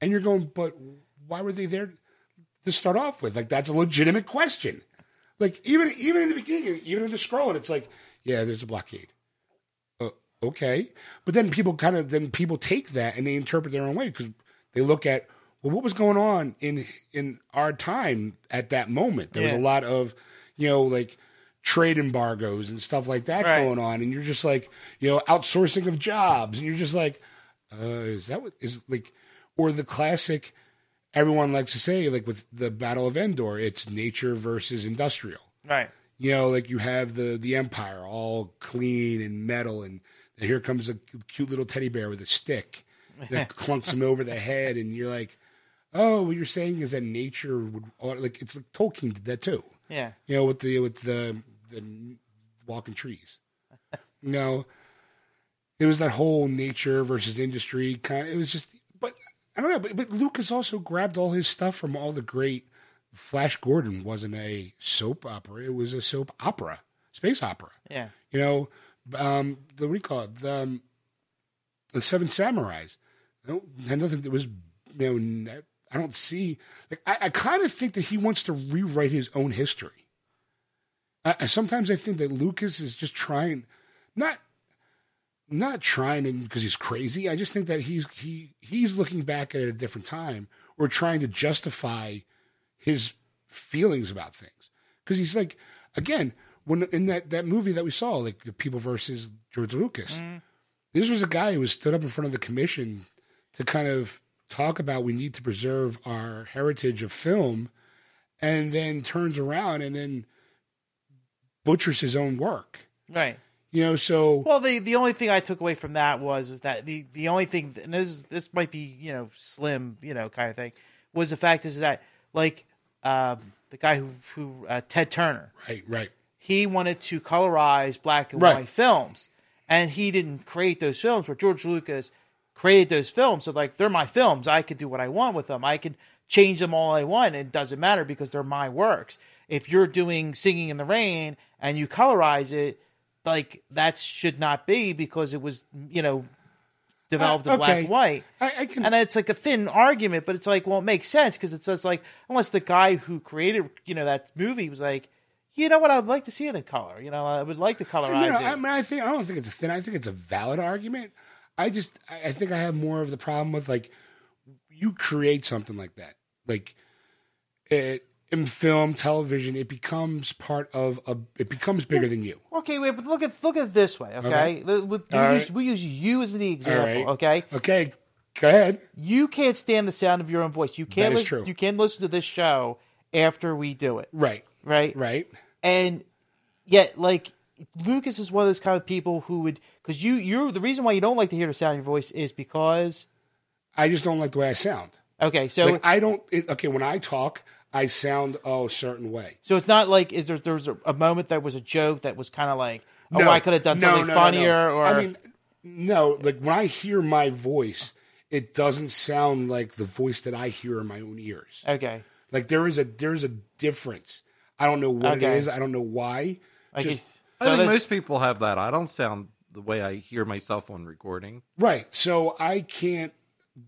and you're going, but why were they there to start off with? Like that's a legitimate question. Like even even in the beginning, even in the scrolling, it's like, yeah, there's a blockade. Uh, okay, but then people kind of then people take that and they interpret their own way because they look at well, what was going on in in our time at that moment? There was a
Yeah.
lot of you know like trade embargoes and stuff like that
Right.
going on, and you're just like you know outsourcing of jobs, and you're just like, uh, is that what is like, or the classic everyone likes to say like with the Battle of Endor, it's nature versus industrial
right.
you know, like you have the the Empire all clean and metal, and here comes a cute little teddy bear with a stick that clunks him over the head, and you're like, oh, what you're saying is that nature would like it's like Tolkien did that too,
Yeah.
you know, with the with the, the walking trees, you know, it was that whole nature versus industry kind. It was just, but I don't know, but, but Lucas also grabbed all his stuff from all the great Flash Gordon wasn't a soap opera. It was a soap opera, space opera.
Yeah.
You know, um, the what do you call it? The, um, the Seven Samurais. No, had nothing that was. You know, n- I don't see. Like, I, I kind of think that he wants to rewrite his own history. I, I sometimes I think that Lucas is just trying, not not trying because he's crazy. I just think that he's he he's looking back at a different time or trying to justify his feelings about things because he's like again when in that that movie that we saw like the people versus George Lucas. This was a guy who was stood up in front of the commission to kind of talk about we need to preserve our heritage of film, and then turns around and then butchers his own work.
Right.
You know, so
Well, the the only thing I took away from that was was that the the only thing, and this is- this might be you know slim you know kind of thing, was the fact is that like um, the guy who who uh, Ted Turner,
right, right.
he wanted to colorize black and
Right.
white films, and he didn't create those films. Where George Lucas created those films, so like they're my films. I can do what I want with them. I can change them all I want. It doesn't matter because they're my works. If you're doing Singing in the Rain and you colorize it, like that should not be because it was you know developed
Uh,
in black
okay.
and white.
I, I can
And it's like a thin argument, but it's like, well, it makes sense because it's just like, unless the guy who created, you know, that movie was like, you know what, I'd like to see it in color. You know, I would like to
No,
colorize
I
it.
mean, I think I don't think it's a thin. I think it's a valid argument. I just I I think I have more of the problem with like you create something like that, like it, in film, television, it becomes part of a. It becomes bigger than you.
Okay, wait, but look at look at it this way, okay?
Okay.
The- with- we,
All
use,
right.
we use you as the
All
example,
right.
okay?
Okay. Go ahead.
You can't stand the sound of your own voice. You can't
is
listen,
true.
you can listen to this show after we do it.
Right.
right?
right?
and yet like Lucas is one of those kind of people who would because you you're the reason why you don't like to hear the sound of your voice is because
I just don't like the way I sound.
okay so
Like I don't. It, okay, when I talk, I sound a certain way.
so it's not like is there there was a, a moment that was a joke that was kind of like oh
No.
I could have done
No,
something
no, no, no.
funnier or
I mean, no. Like when I hear my voice, it doesn't sound like the voice that I hear in my own ears.
okay
Like there is a there is a difference. I don't know what
Okay.
it is. I don't know why.
like
Just-
it's-
I
so
think
there's-
most people have that. I don't sound the way I hear myself on recording.
Right. So I can't.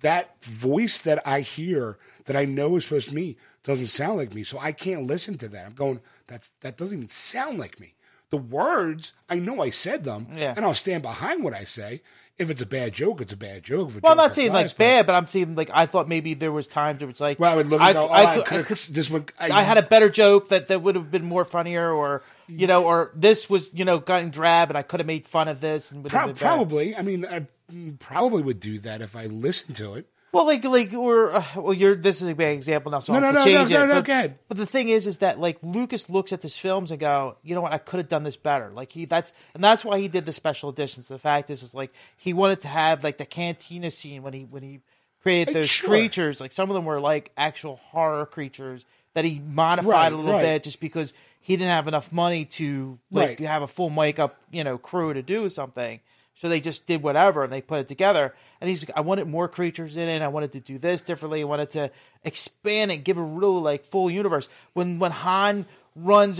That voice that I hear that I know is supposed to be me doesn't sound like me. So I can't listen to that. I'm going. That's that doesn't even sound like me. The words I know I said them,
Yeah.
and I'll stand behind what I say. If it's a bad joke, it's a bad joke. If a
well I'm
joke
not saying like
applies, but-
bad but I'm saying like I thought maybe there was times where it's like
Well, I would look and go, oh, I could-
could- could-
this one- I-
I had a better joke that that would have been more funnier or. You know, or this was you know gotten drab, and I could have made fun of this. And would have
Pro-
been bad.
probably. I mean, I mm, probably would do that if I listened to it.
Well, like, like, or uh, well, you're. This is a bad example now, so
No,
I have
no,
to
no,
change
no,
it.
no, no,
but,
go ahead.
but the thing is, is that like Lucas looks at his films and go, you know what, I could have done this better. Like he, that's and that's why he did the special editions. The fact is, is like he wanted to have like the cantina scene when he when he created
Hey,
those
sure.
creatures. Like some of them were like actual horror creatures that he modified
Right,
a little
right.
bit just because he didn't have enough money to like
Right.
you have a full makeup, you know, crew to do something. So they just did whatever and they put it together. And he's like, I wanted more creatures in it. I wanted to do this differently. I wanted to expand it, give a real like full universe. When when Han runs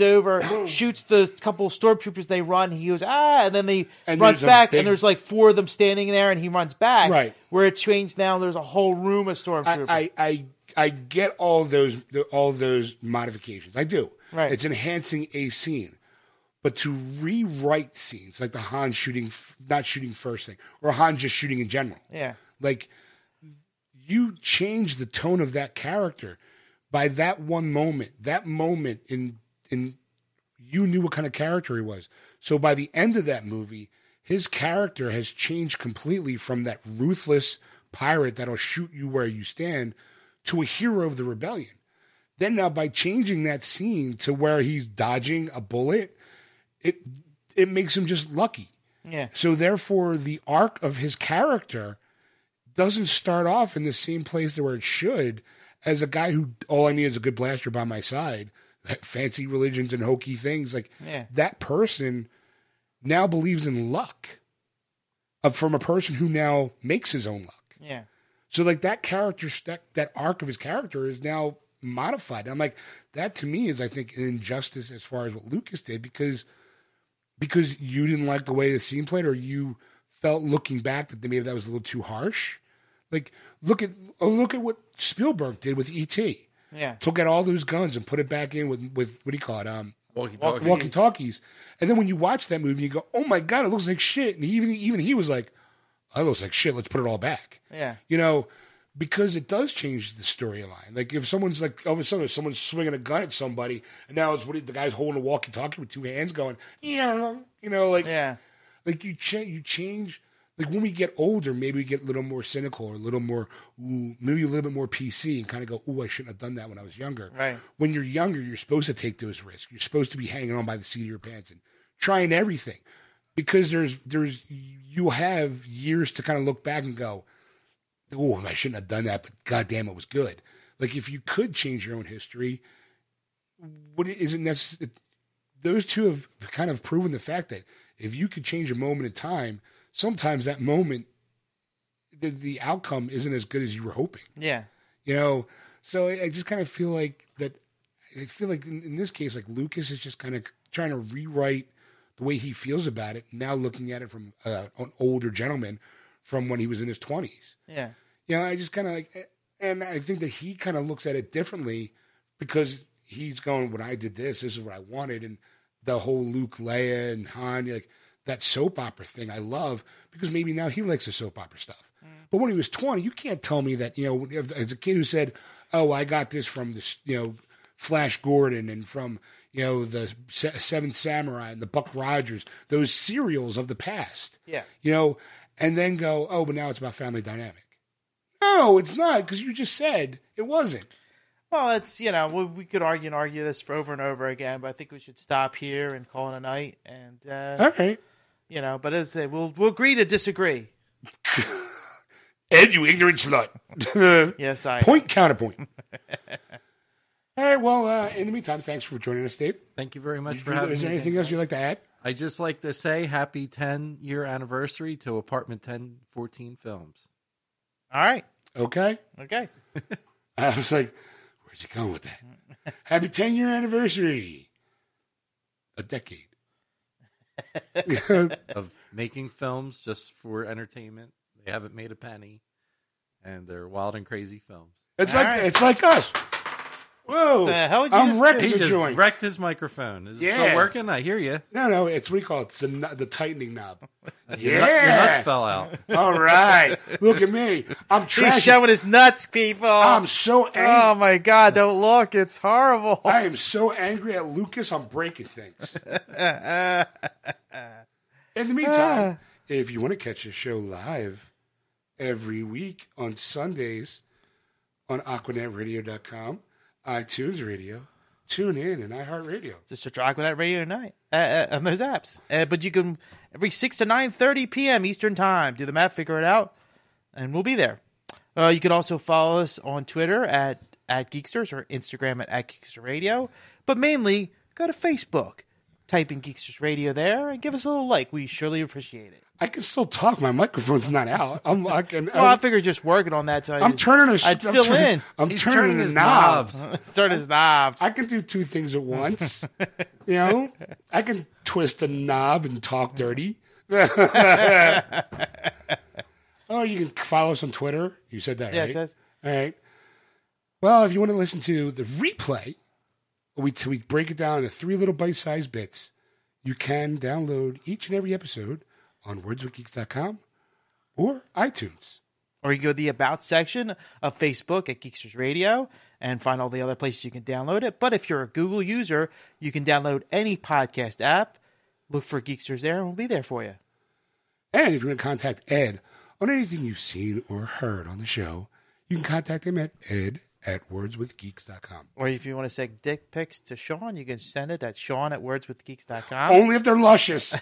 over, shoots the couple stormtroopers, they run. He goes ah, and then they
And
runs
there's a
back,
big-
and there's like four of them standing there, and he runs back.
Right.
where it changed now. There's a whole room of stormtroopers.
I, I, I, I get all those all those modifications. I do.
Right.
It's enhancing a scene, but to rewrite scenes like the Han shooting, f- not shooting first thing, or Han just shooting in general.
yeah,
Like you change the tone of that character by that one moment. That moment in in you knew what kind of character he was. So by the end of that movie, his character has changed completely from that ruthless pirate that'll shoot you where you stand to a hero of the rebellion. Then now by changing that scene to where he's dodging a bullet, it it makes him just lucky.
yeah.
So therefore, the arc of his character doesn't start off in the same place where it should, as a guy who all I need is a good blaster by my side, fancy religions and hokey things. Like
Yeah.
that person now believes in luck, uh, from a person who now makes his own luck.
Yeah.
So like that character, that, that arc of his character is now modified. I'm like that to me is I think an injustice as far as what Lucas did because because you didn't like the way the scene played or you felt looking back that maybe that was a little too harsh. Like look at oh, look at what Spielberg did with E. T.
Yeah.
Took out all those guns and put it back in with with what do you call it um
Walkie
walkie talkies. And then when you watch that movie, you go, oh my god, it looks like shit. And even even he was like, oh, it looks like shit. Let's put it all back
Yeah.
you know, because it does change the storyline. Like if someone's like all of a sudden if someone's swinging a gun at somebody, and now it's what the guy's holding a walkie-talkie with two hands, going, yeah, you know, like
Yeah.
like you change, you change. Like when we get older, maybe we get a little more cynical or a little more, ooh, maybe a little bit more PC and kind of go, "Ooh, I shouldn't have done that when I was younger."
Right.
When you're younger, you're supposed to take those risks. You're supposed to be hanging on by the seat of your pants and trying everything, because there's there's you have years to kind of look back and go, "Ooh, I shouldn't have done that," but goddamn, it was good. Like if you could change your own history, what it isn't necessary those two have kind of proven the fact that if you could change a moment in time, sometimes that moment, the, the outcome isn't as good as you were hoping.
Yeah.
You know, so I, I just kind of feel like that. I feel like in, in this case, like Lucas is just kind of trying to rewrite the way he feels about it. Now looking at it from uh, an older gentleman from when he was in his twenties.
Yeah.
You know, I just kind of like, and I think that he kind of looks at it differently because he's going, when I did this, this is what I wanted. And the whole Luke, Leia, and Han, like that soap opera thing, I love because maybe now he likes the soap opera stuff. But when he was 20, you can't tell me that, you know, if- as a kid who said, oh, I got this from this, you know, Flash Gordon and from, you know, the Se- Seventh Samurai and the Buck Rogers, those serials of the past.
Yeah.
You know, and then go, oh, but now it's about family dynamic. No, it's not because you just said it wasn't.
Well, it's you know we, we could argue and argue this for over and over again, but I think we should stop here and call it a night. And uh,
All right.
you know, but as I say, we'll we'll agree to disagree.
Ed, you ignorant slut.
Yes, I.
Point counterpoint. All right. Well, uh, in the meantime, thanks for joining us, Dave.
Thank you very much for having
Is there
me.
anything else you'd like to add?
I just like to say happy 10 year anniversary to Apartment 1014 Films.
All right.
Okay.
Okay.
I was like, where's he going with that? Happy 10 year anniversary. A decade.
of making films just for entertainment. They haven't made a penny, and they're wild and crazy films.
It's
All
like
right.
it's like us. Whoa.
The hell did you
Oh, I'm
just
wrecked.
do?
He
Good
just
joint.
wrecked his microphone. Is it
Yeah.
still working? I hear you.
No, no, it's what do you call it? It's the, nu- the tightening knob.
Your, nut- your nuts
Yeah.
fell out.
All right. Look at me. I'm
He's
trash.
showing his nuts, people.
I'm so
oh
angry.
my god! Don't look. It's horrible.
I am so angry at Lucas. I'm breaking things. In the meantime, if you want to catch the show live every week on Sundays on AquanetRadio.com, iTunes Radio, TuneIn, and iHeartRadio.
It's just a track with that radio tonight uh, uh, on those apps. Uh, but you can every six to nine thirty p.m. Eastern time. Do the math, figure it out, and we'll be there. Uh, you can also follow us on Twitter at at Geeksters or Instagram at, at Geekster Radio. But mainly, go to Facebook, type in Geeksters Radio there, and give us a little like. We surely appreciate it.
I can still talk. My microphone's not out. I'm I can,
Well, I
I'm,
figured just working on that, so I
I'm
just-
turning a. sh-
I'd
I'm
fill
turning-
in.
I'm
He's
turning,
turning
the
his
knobs.
knobs.
Start his knobs.
I can do two things at once. you know, I can twist a knob and talk dirty. oh, you can follow us on Twitter. You said that,
Yes,
right?
yes.
All right. Well, if you want to listen to the replay, we we break it down into three little bite-sized bits. You can download each and every episode on wordswithgeeks.com or iTunes.
or you go to the about section of Facebook at Geeksters Radio and find all the other places you can download it. But if you're a Google user, you can download any podcast app. Look for Geeksters there, and we'll be there for you.
And if you want to contact Ed on anything you've seen or heard on the show, you can contact him at ed at wordswithgeeks.com.
Or if you want to send dick pics to Sean, you can send it at Sean at wordswithgeeks.com.
Only if they're luscious.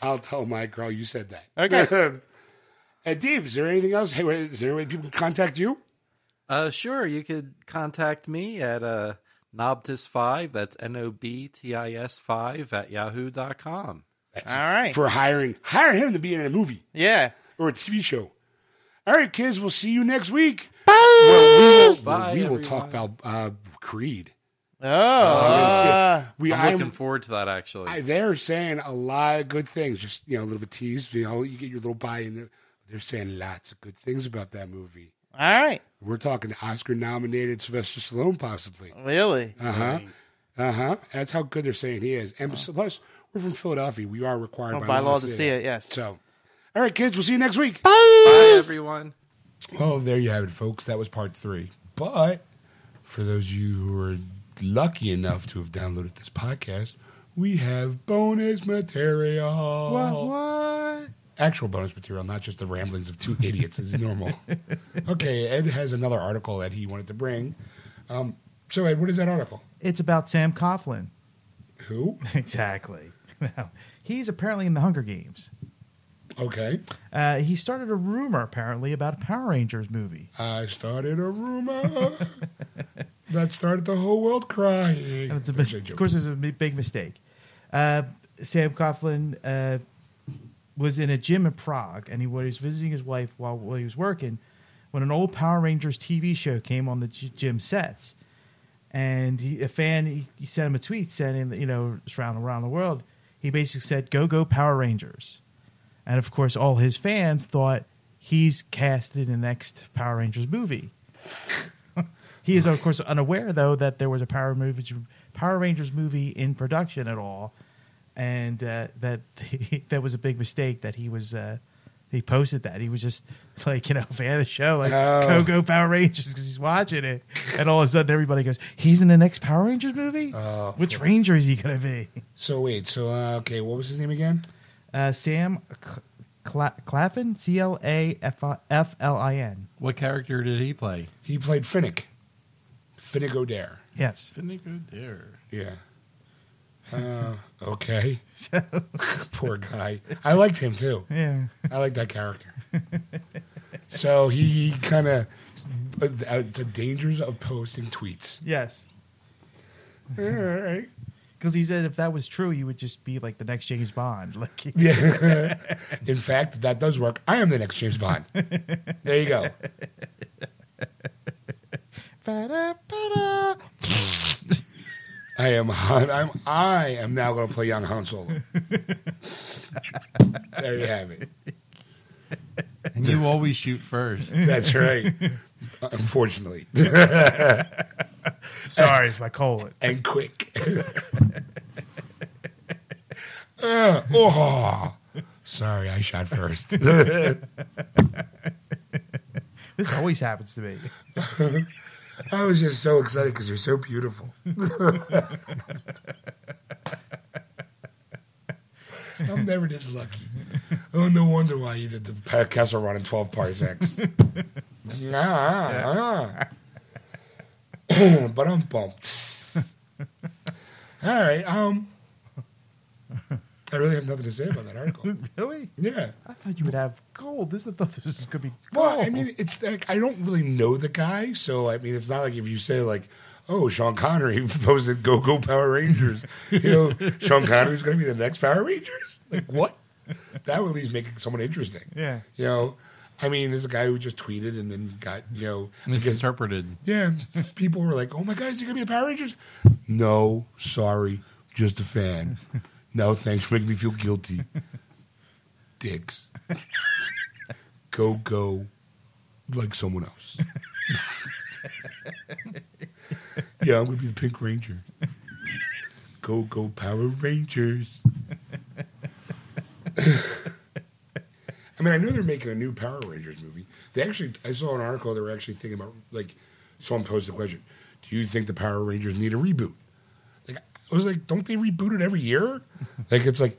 I'll tell my girl you said that.
Okay.
and Dave, is there anything else? Hey, is there any way people can contact you?
Uh, sure, you could contact me at uh, nobtis5, that's N O B T I S 5 at yahoo.com.
All right.
For hiring. Hire him to be in a movie
yeah.
or a TV show. All right, kids, we'll see you next week. Bye. Well, we will,
Bye,
we will talk
everyone.
about uh, Creed.
Oh.
We,
I'm looking forward to that, actually.
I, they're saying a lot of good things. Just you know, a little bit teased. You know, you get your little buy in. They're saying lots of good things about that movie.
Oh. all right.
We're talking Oscar-nominated Sylvester Stallone, possibly.
Really?
Uh huh. Uh huh. That's how good they're saying he is. And plus, we're from Philadelphia. We are required by,
By law to see it, yes.
So, all right, kids. We'll see you next week.
Bye, everyone.
Well, there you have it, folks. That was part three. But for those of you who are lucky enough to have downloaded this podcast, we have bonus material. What? what? Actual bonus material, not just the ramblings of two idiots as normal. Okay, Ed has another article that he wanted to bring. Um, so, Ed, what is that article?
It's about Sam Coughlin.
Who?
Exactly. Now, he's apparently in the Hunger Games.
Okay.
Uh, he started a rumor apparently about a Power Rangers movie.
I started a rumor that started the whole world crying.
And it's a mis-
Big joke.
of course, it was a mi- big mistake. Uh, Sam Coughlin uh, was in a gym in Prague, and he was visiting his wife while, while he was working when an old Power Rangers TV show came on the g- gym sets. And he, a fan, he, he sent him a tweet saying, that, you know, it's around around the world. He basically said, "Go, go, Power Rangers!" And of course, all his fans thought he's casted in the next Power Rangers movie. He is, of course, unaware though that there was a Power Rangers Power Rangers movie in production at all, and uh, that that was a big mistake that he was. Uh, he posted that he was just like you know fan of the show, like
Oh.
go go Power Rangers because he's watching it, and all of a sudden everybody goes, "He's in the next Power Rangers movie.
Oh.
Which Ranger is he gonna be?"
So wait, so uh, okay, what was his name again?
Uh, Sam C- Cla- Claflin, C L A F F L I N.
What character did he play?
He played Finnick. Finnick O'Dare.
Yes.
Finnick O'Dare.
Yeah. Uh, okay. Poor guy. I liked him too.
Yeah.
I like that character. so he kind of uh, the dangers of posting tweets.
Yes.
All right.
Because he said if that was true, you would just be like the next James Bond. Like,
Yeah. In fact, that does work. I am the next James Bond. There you go.
Ba-da-ba-da.
I am Han. I'm. I am now going to play young Han Solo. there you have it.
And you always shoot first.
That's right. Unfortunately,
Sorry, it's my colon.
and quick. Uh, oh, sorry, I shot first.
This always happens to me.
I was just so excited because you're so beautiful. I'm never this lucky. Oh, no wonder why you did the Pat Castle run in 12 parsecs. ah, ah. but I'm bumped. All right. Um, I really have nothing to say about that article.
really?
Yeah.
I thought you would have gold. This I thought this was gonna be
Well, I mean, it's like I don't really know the guy, so I mean, it's not like if you say like, "Oh, Sean Connery posted Go Go Power Rangers," you know, Sean Connery's going to be the next Power Rangers. Like what? That would at least make someone interesting.
Yeah.
you know, I mean, there's a guy who just tweeted and then got you know, I guess-
Misinterpreted.
yeah, people were like, "Oh my God, is he going to be a Power Rangers?" No, sorry, just a fan. No, thanks for making me feel guilty. Dicks. go go, like someone else. yeah, I'm going to be the Pink Ranger. Go go, Power Rangers. I mean, I know they're making a new Power Rangers movie. They actually, I saw an article. They were actually thinking about like someone posed the question: Do you think the Power Rangers need a reboot? Like, I was like, don't they reboot it every year? like, it's like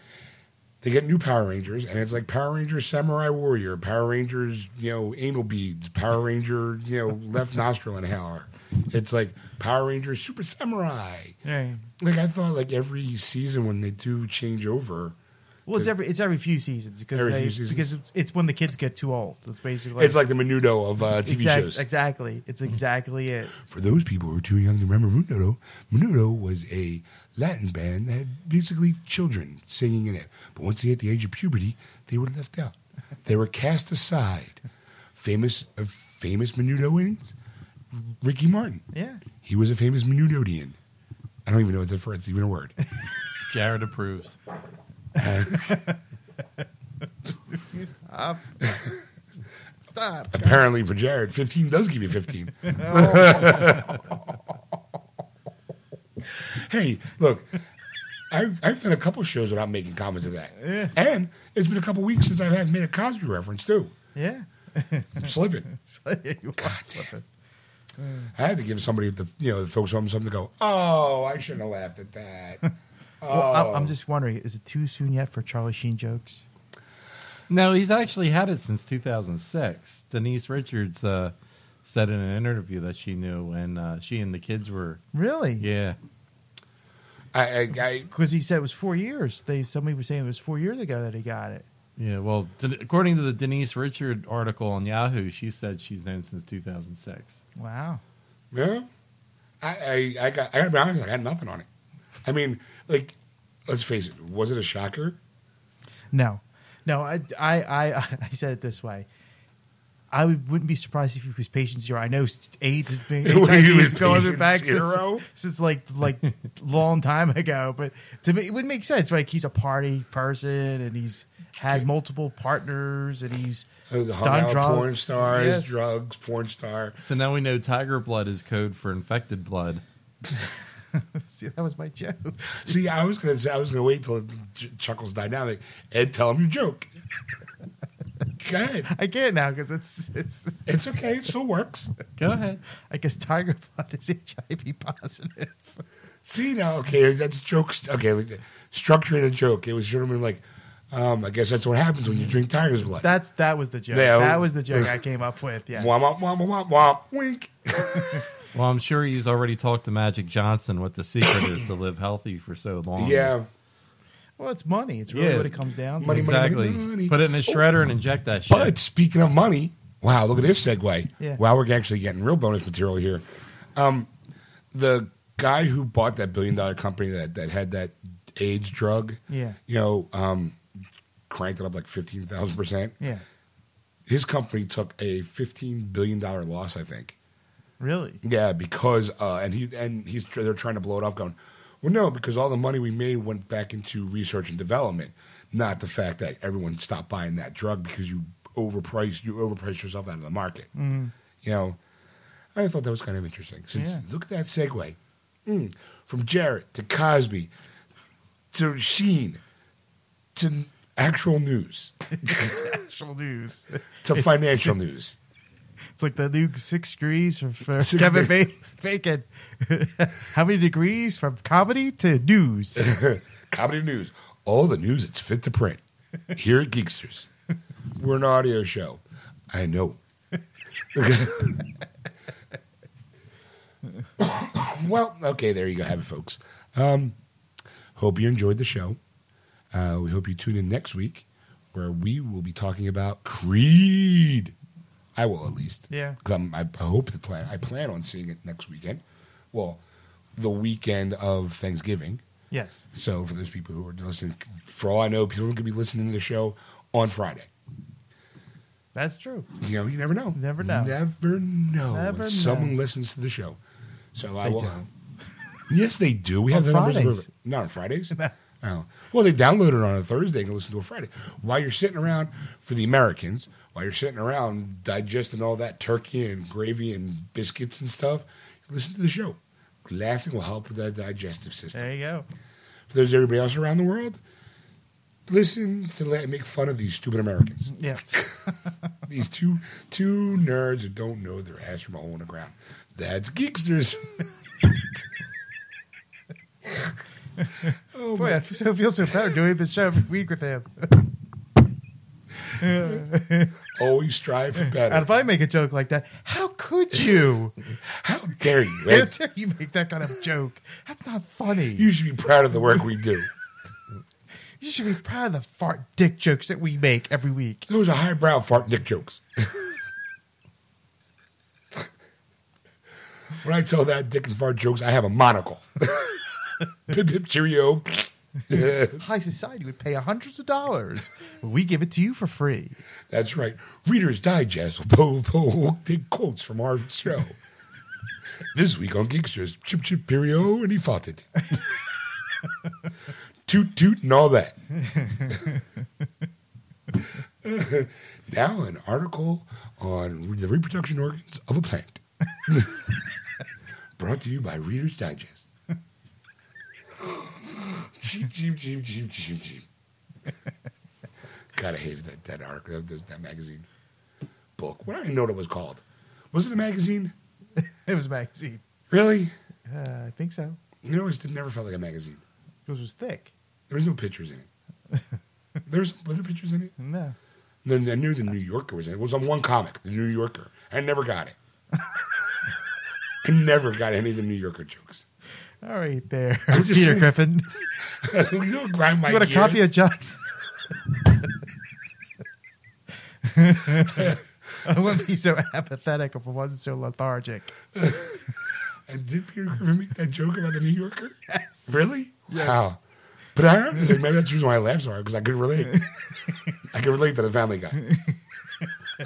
they get new Power Rangers, and it's like Power Rangers Samurai Warrior, Power Rangers, you know, anal beads, Power Ranger, you know, left nostril inhaler. It's like Power Rangers Super Samurai.
Yeah.
Like, I thought like every season when they do change over.
Well, it's every it's every few seasons because
Every
they,
few seasons.
because it's- it's when the kids get too old. That's basically
It's like the Menudo of uh, TV
Exact-
shows.
exactly. It's exactly it.
For those people who are too young to remember Menudo, Menudo was a Latin band that had basically children singing in it. But once they hit the age of puberty, they were left out. They were cast aside. Famous, uh, famous Menudoans, Ricky Martin.
Yeah.
He was a famous Menudodian. I don't even know what that for. It's even a word.
Jared approves.
You Stop. Stop.
Apparently, for Jared, fifteen does give you fifteen. hey, look, I've, I've done a couple shows without making comments of that, and it's been a couple weeks since I've had made a Cosby reference too.
Yeah.
I'm slipping.
It's like you want something.
I had to give somebody the you know the folks home something to go. Oh, I shouldn't have laughed at that.
Well, I'm, I'm just wondering, is it too soon yet for Charlie Sheen jokes?
No, he's actually had it since 2006. Denise Richards uh, said in an interview that she knew, and uh, she and the kids were.
Really?
Yeah.
I, I, I
Because he said it was four years. They somebody was saying it was four years ago that he got it.
Yeah. Well, d- according to the Denise Richard article on Yahoo, she said she's known since 2006.
Wow.
Yeah, I, I, I got. I gotta be honest. I got nothing on it. I mean, like, let's face it. Was it a shocker?
No, no. I I I, I said it this way. I would, wouldn't be surprised if he was patient zero. I know AIDS has been
Were
HIV
you
has
in
been going
patient
back
zero?
since, since like like long time ago. But to me, it would make sense. Like he's a party person, and he's had multiple partners, and he's
Who hung
done
out with
drugs.
Oh, porn stars,
Yes.
drugs, porn star.
So now we know tiger blood is code for infected blood.
See, that was my joke.
See, I was gonna say I was gonna wait till Ch- Chuckles died down. Like, Ed, tell him your joke. Go ahead.
I can't now because it's, it's
It's okay. It still works.
Go ahead.
I guess Tiger Blood is HIV positive.
See now, okay, that's jokes. Okay, we- structuring a joke. It was sort of like, Um, I guess that's what happens when you drink tiger's blood.
That's that was the joke.
Yeah.
that was the joke I came up with. Yes.
womp, womp, womp, womp, womp, wink.
Well, I'm sure he's already talked to Magic Johnson what the secret is to live healthy for so long.
Yeah.
Well, it's money. It's really
Yeah.
what it comes down to.
Money, money.
Exactly. Put it in a shredder and inject that shit.
But speaking of money, wow, look at this segue.
Yeah.
Wow, we're actually getting real bonus material here. Um, the guy who bought that billion dollar company that, that had that AIDS drug,
Yeah.
you know, um, cranked it up like 15,000%.
Yeah.
His company took a $15 billion loss, I think.
Really.
Yeah, because uh, and he and he's tr- they're trying to blow it off, going, well, no, because all the money we made went back into research and development, not the fact that everyone stopped buying that drug because you overpriced you overpriced yourself out of the market. You know, I thought that was kind of interesting. Since
Yeah.
look at that segue Mm. from Jarrett to Cosby to Sheen to actual news
Actual news.
to financial news.
It's like the new six degrees from for
Six
Kevin Ba- Bacon. How many degrees from comedy to news?
Comedy news. All the news that's fit to print. Here at Geeksters. We're an audio show. I know. well, okay, there you go. Have it, folks. Um, hope you enjoyed the show. Uh, we hope you tune in next week where we will be talking about Creed. I will at least.
Yeah.
'Cause I'm, I I hope the plan. I plan on seeing it next weekend. Well, the weekend of Thanksgiving.
yes.
So for those people who are listening, for all I know, people could be listening to the show on Friday.
That's true.
You know, you never know.
Never know.
Never know.
Never
when
know.
Someone listens to the show. So I
They
will.
don't.
Yes, they do. We have
On
the numbers.
Fridays.
available. Not on Fridays. Oh. Well, they download it on a Thursday and listen to it Friday. While you're sitting around for the Americans, while you're sitting around digesting all that turkey and gravy and biscuits and stuff, listen to the show. Laughing will help with that digestive system.
There you go.
for those everybody else around the world, listen to let make fun of these stupid Americans.
Yeah.
these two two nerds who don't know their ass from a hole in the ground. That's geeksters. oh
Boy, I
my.
feel so, feel so better doing this show every week with him.
Always strive for better.
And if I make a joke like that, how could you?
How dare you?
How
Ed?
dare you make that kind of joke? That's not funny. You,
you should be proud of the work we do.
should be proud of the fart dick jokes that we make every week.
Those are highbrow fart dick jokes. when I tell that dick and fart jokes, I have a monocle. pip pip cheerio.
High society would pay hundreds of dollars. but we give it to you for free.
That's right. Reader's Digest will po- po- take quotes from our show. this week on Geeksters, Chip Chip Perio and he fought it. toot toot and all that. now an article on the reproduction organs of a plant. Brought to you by Reader's Digest. Cheep, cheep, cheep, cheep, cheep, cheep. God, I hated that that article, that, that, that magazine book. What I didn't know what it was called. Was it a magazine?
It was a magazine.
Really?
Uh, I think so.
You know, it never felt like a magazine.
Because it was thick.
There was no pictures in it. There's were there pictures in it?
No.
Then I knew the New Yorker was in it. It was on one comic, the New Yorker. I never got it. I never got any of the New Yorker jokes.
All right, there.
I'm just
Peter
saying-
Griffin.
you don't grind my
You want a
gears.
copy of Johnson? I wouldn't be so apathetic if I wasn't so lethargic.
And did Peter Griffin make that joke about the New Yorker?
Yes.
Really? Wow. But I honestly think maybe that's the reason why I laughed so hard because I could relate. I could relate to the Family Guy.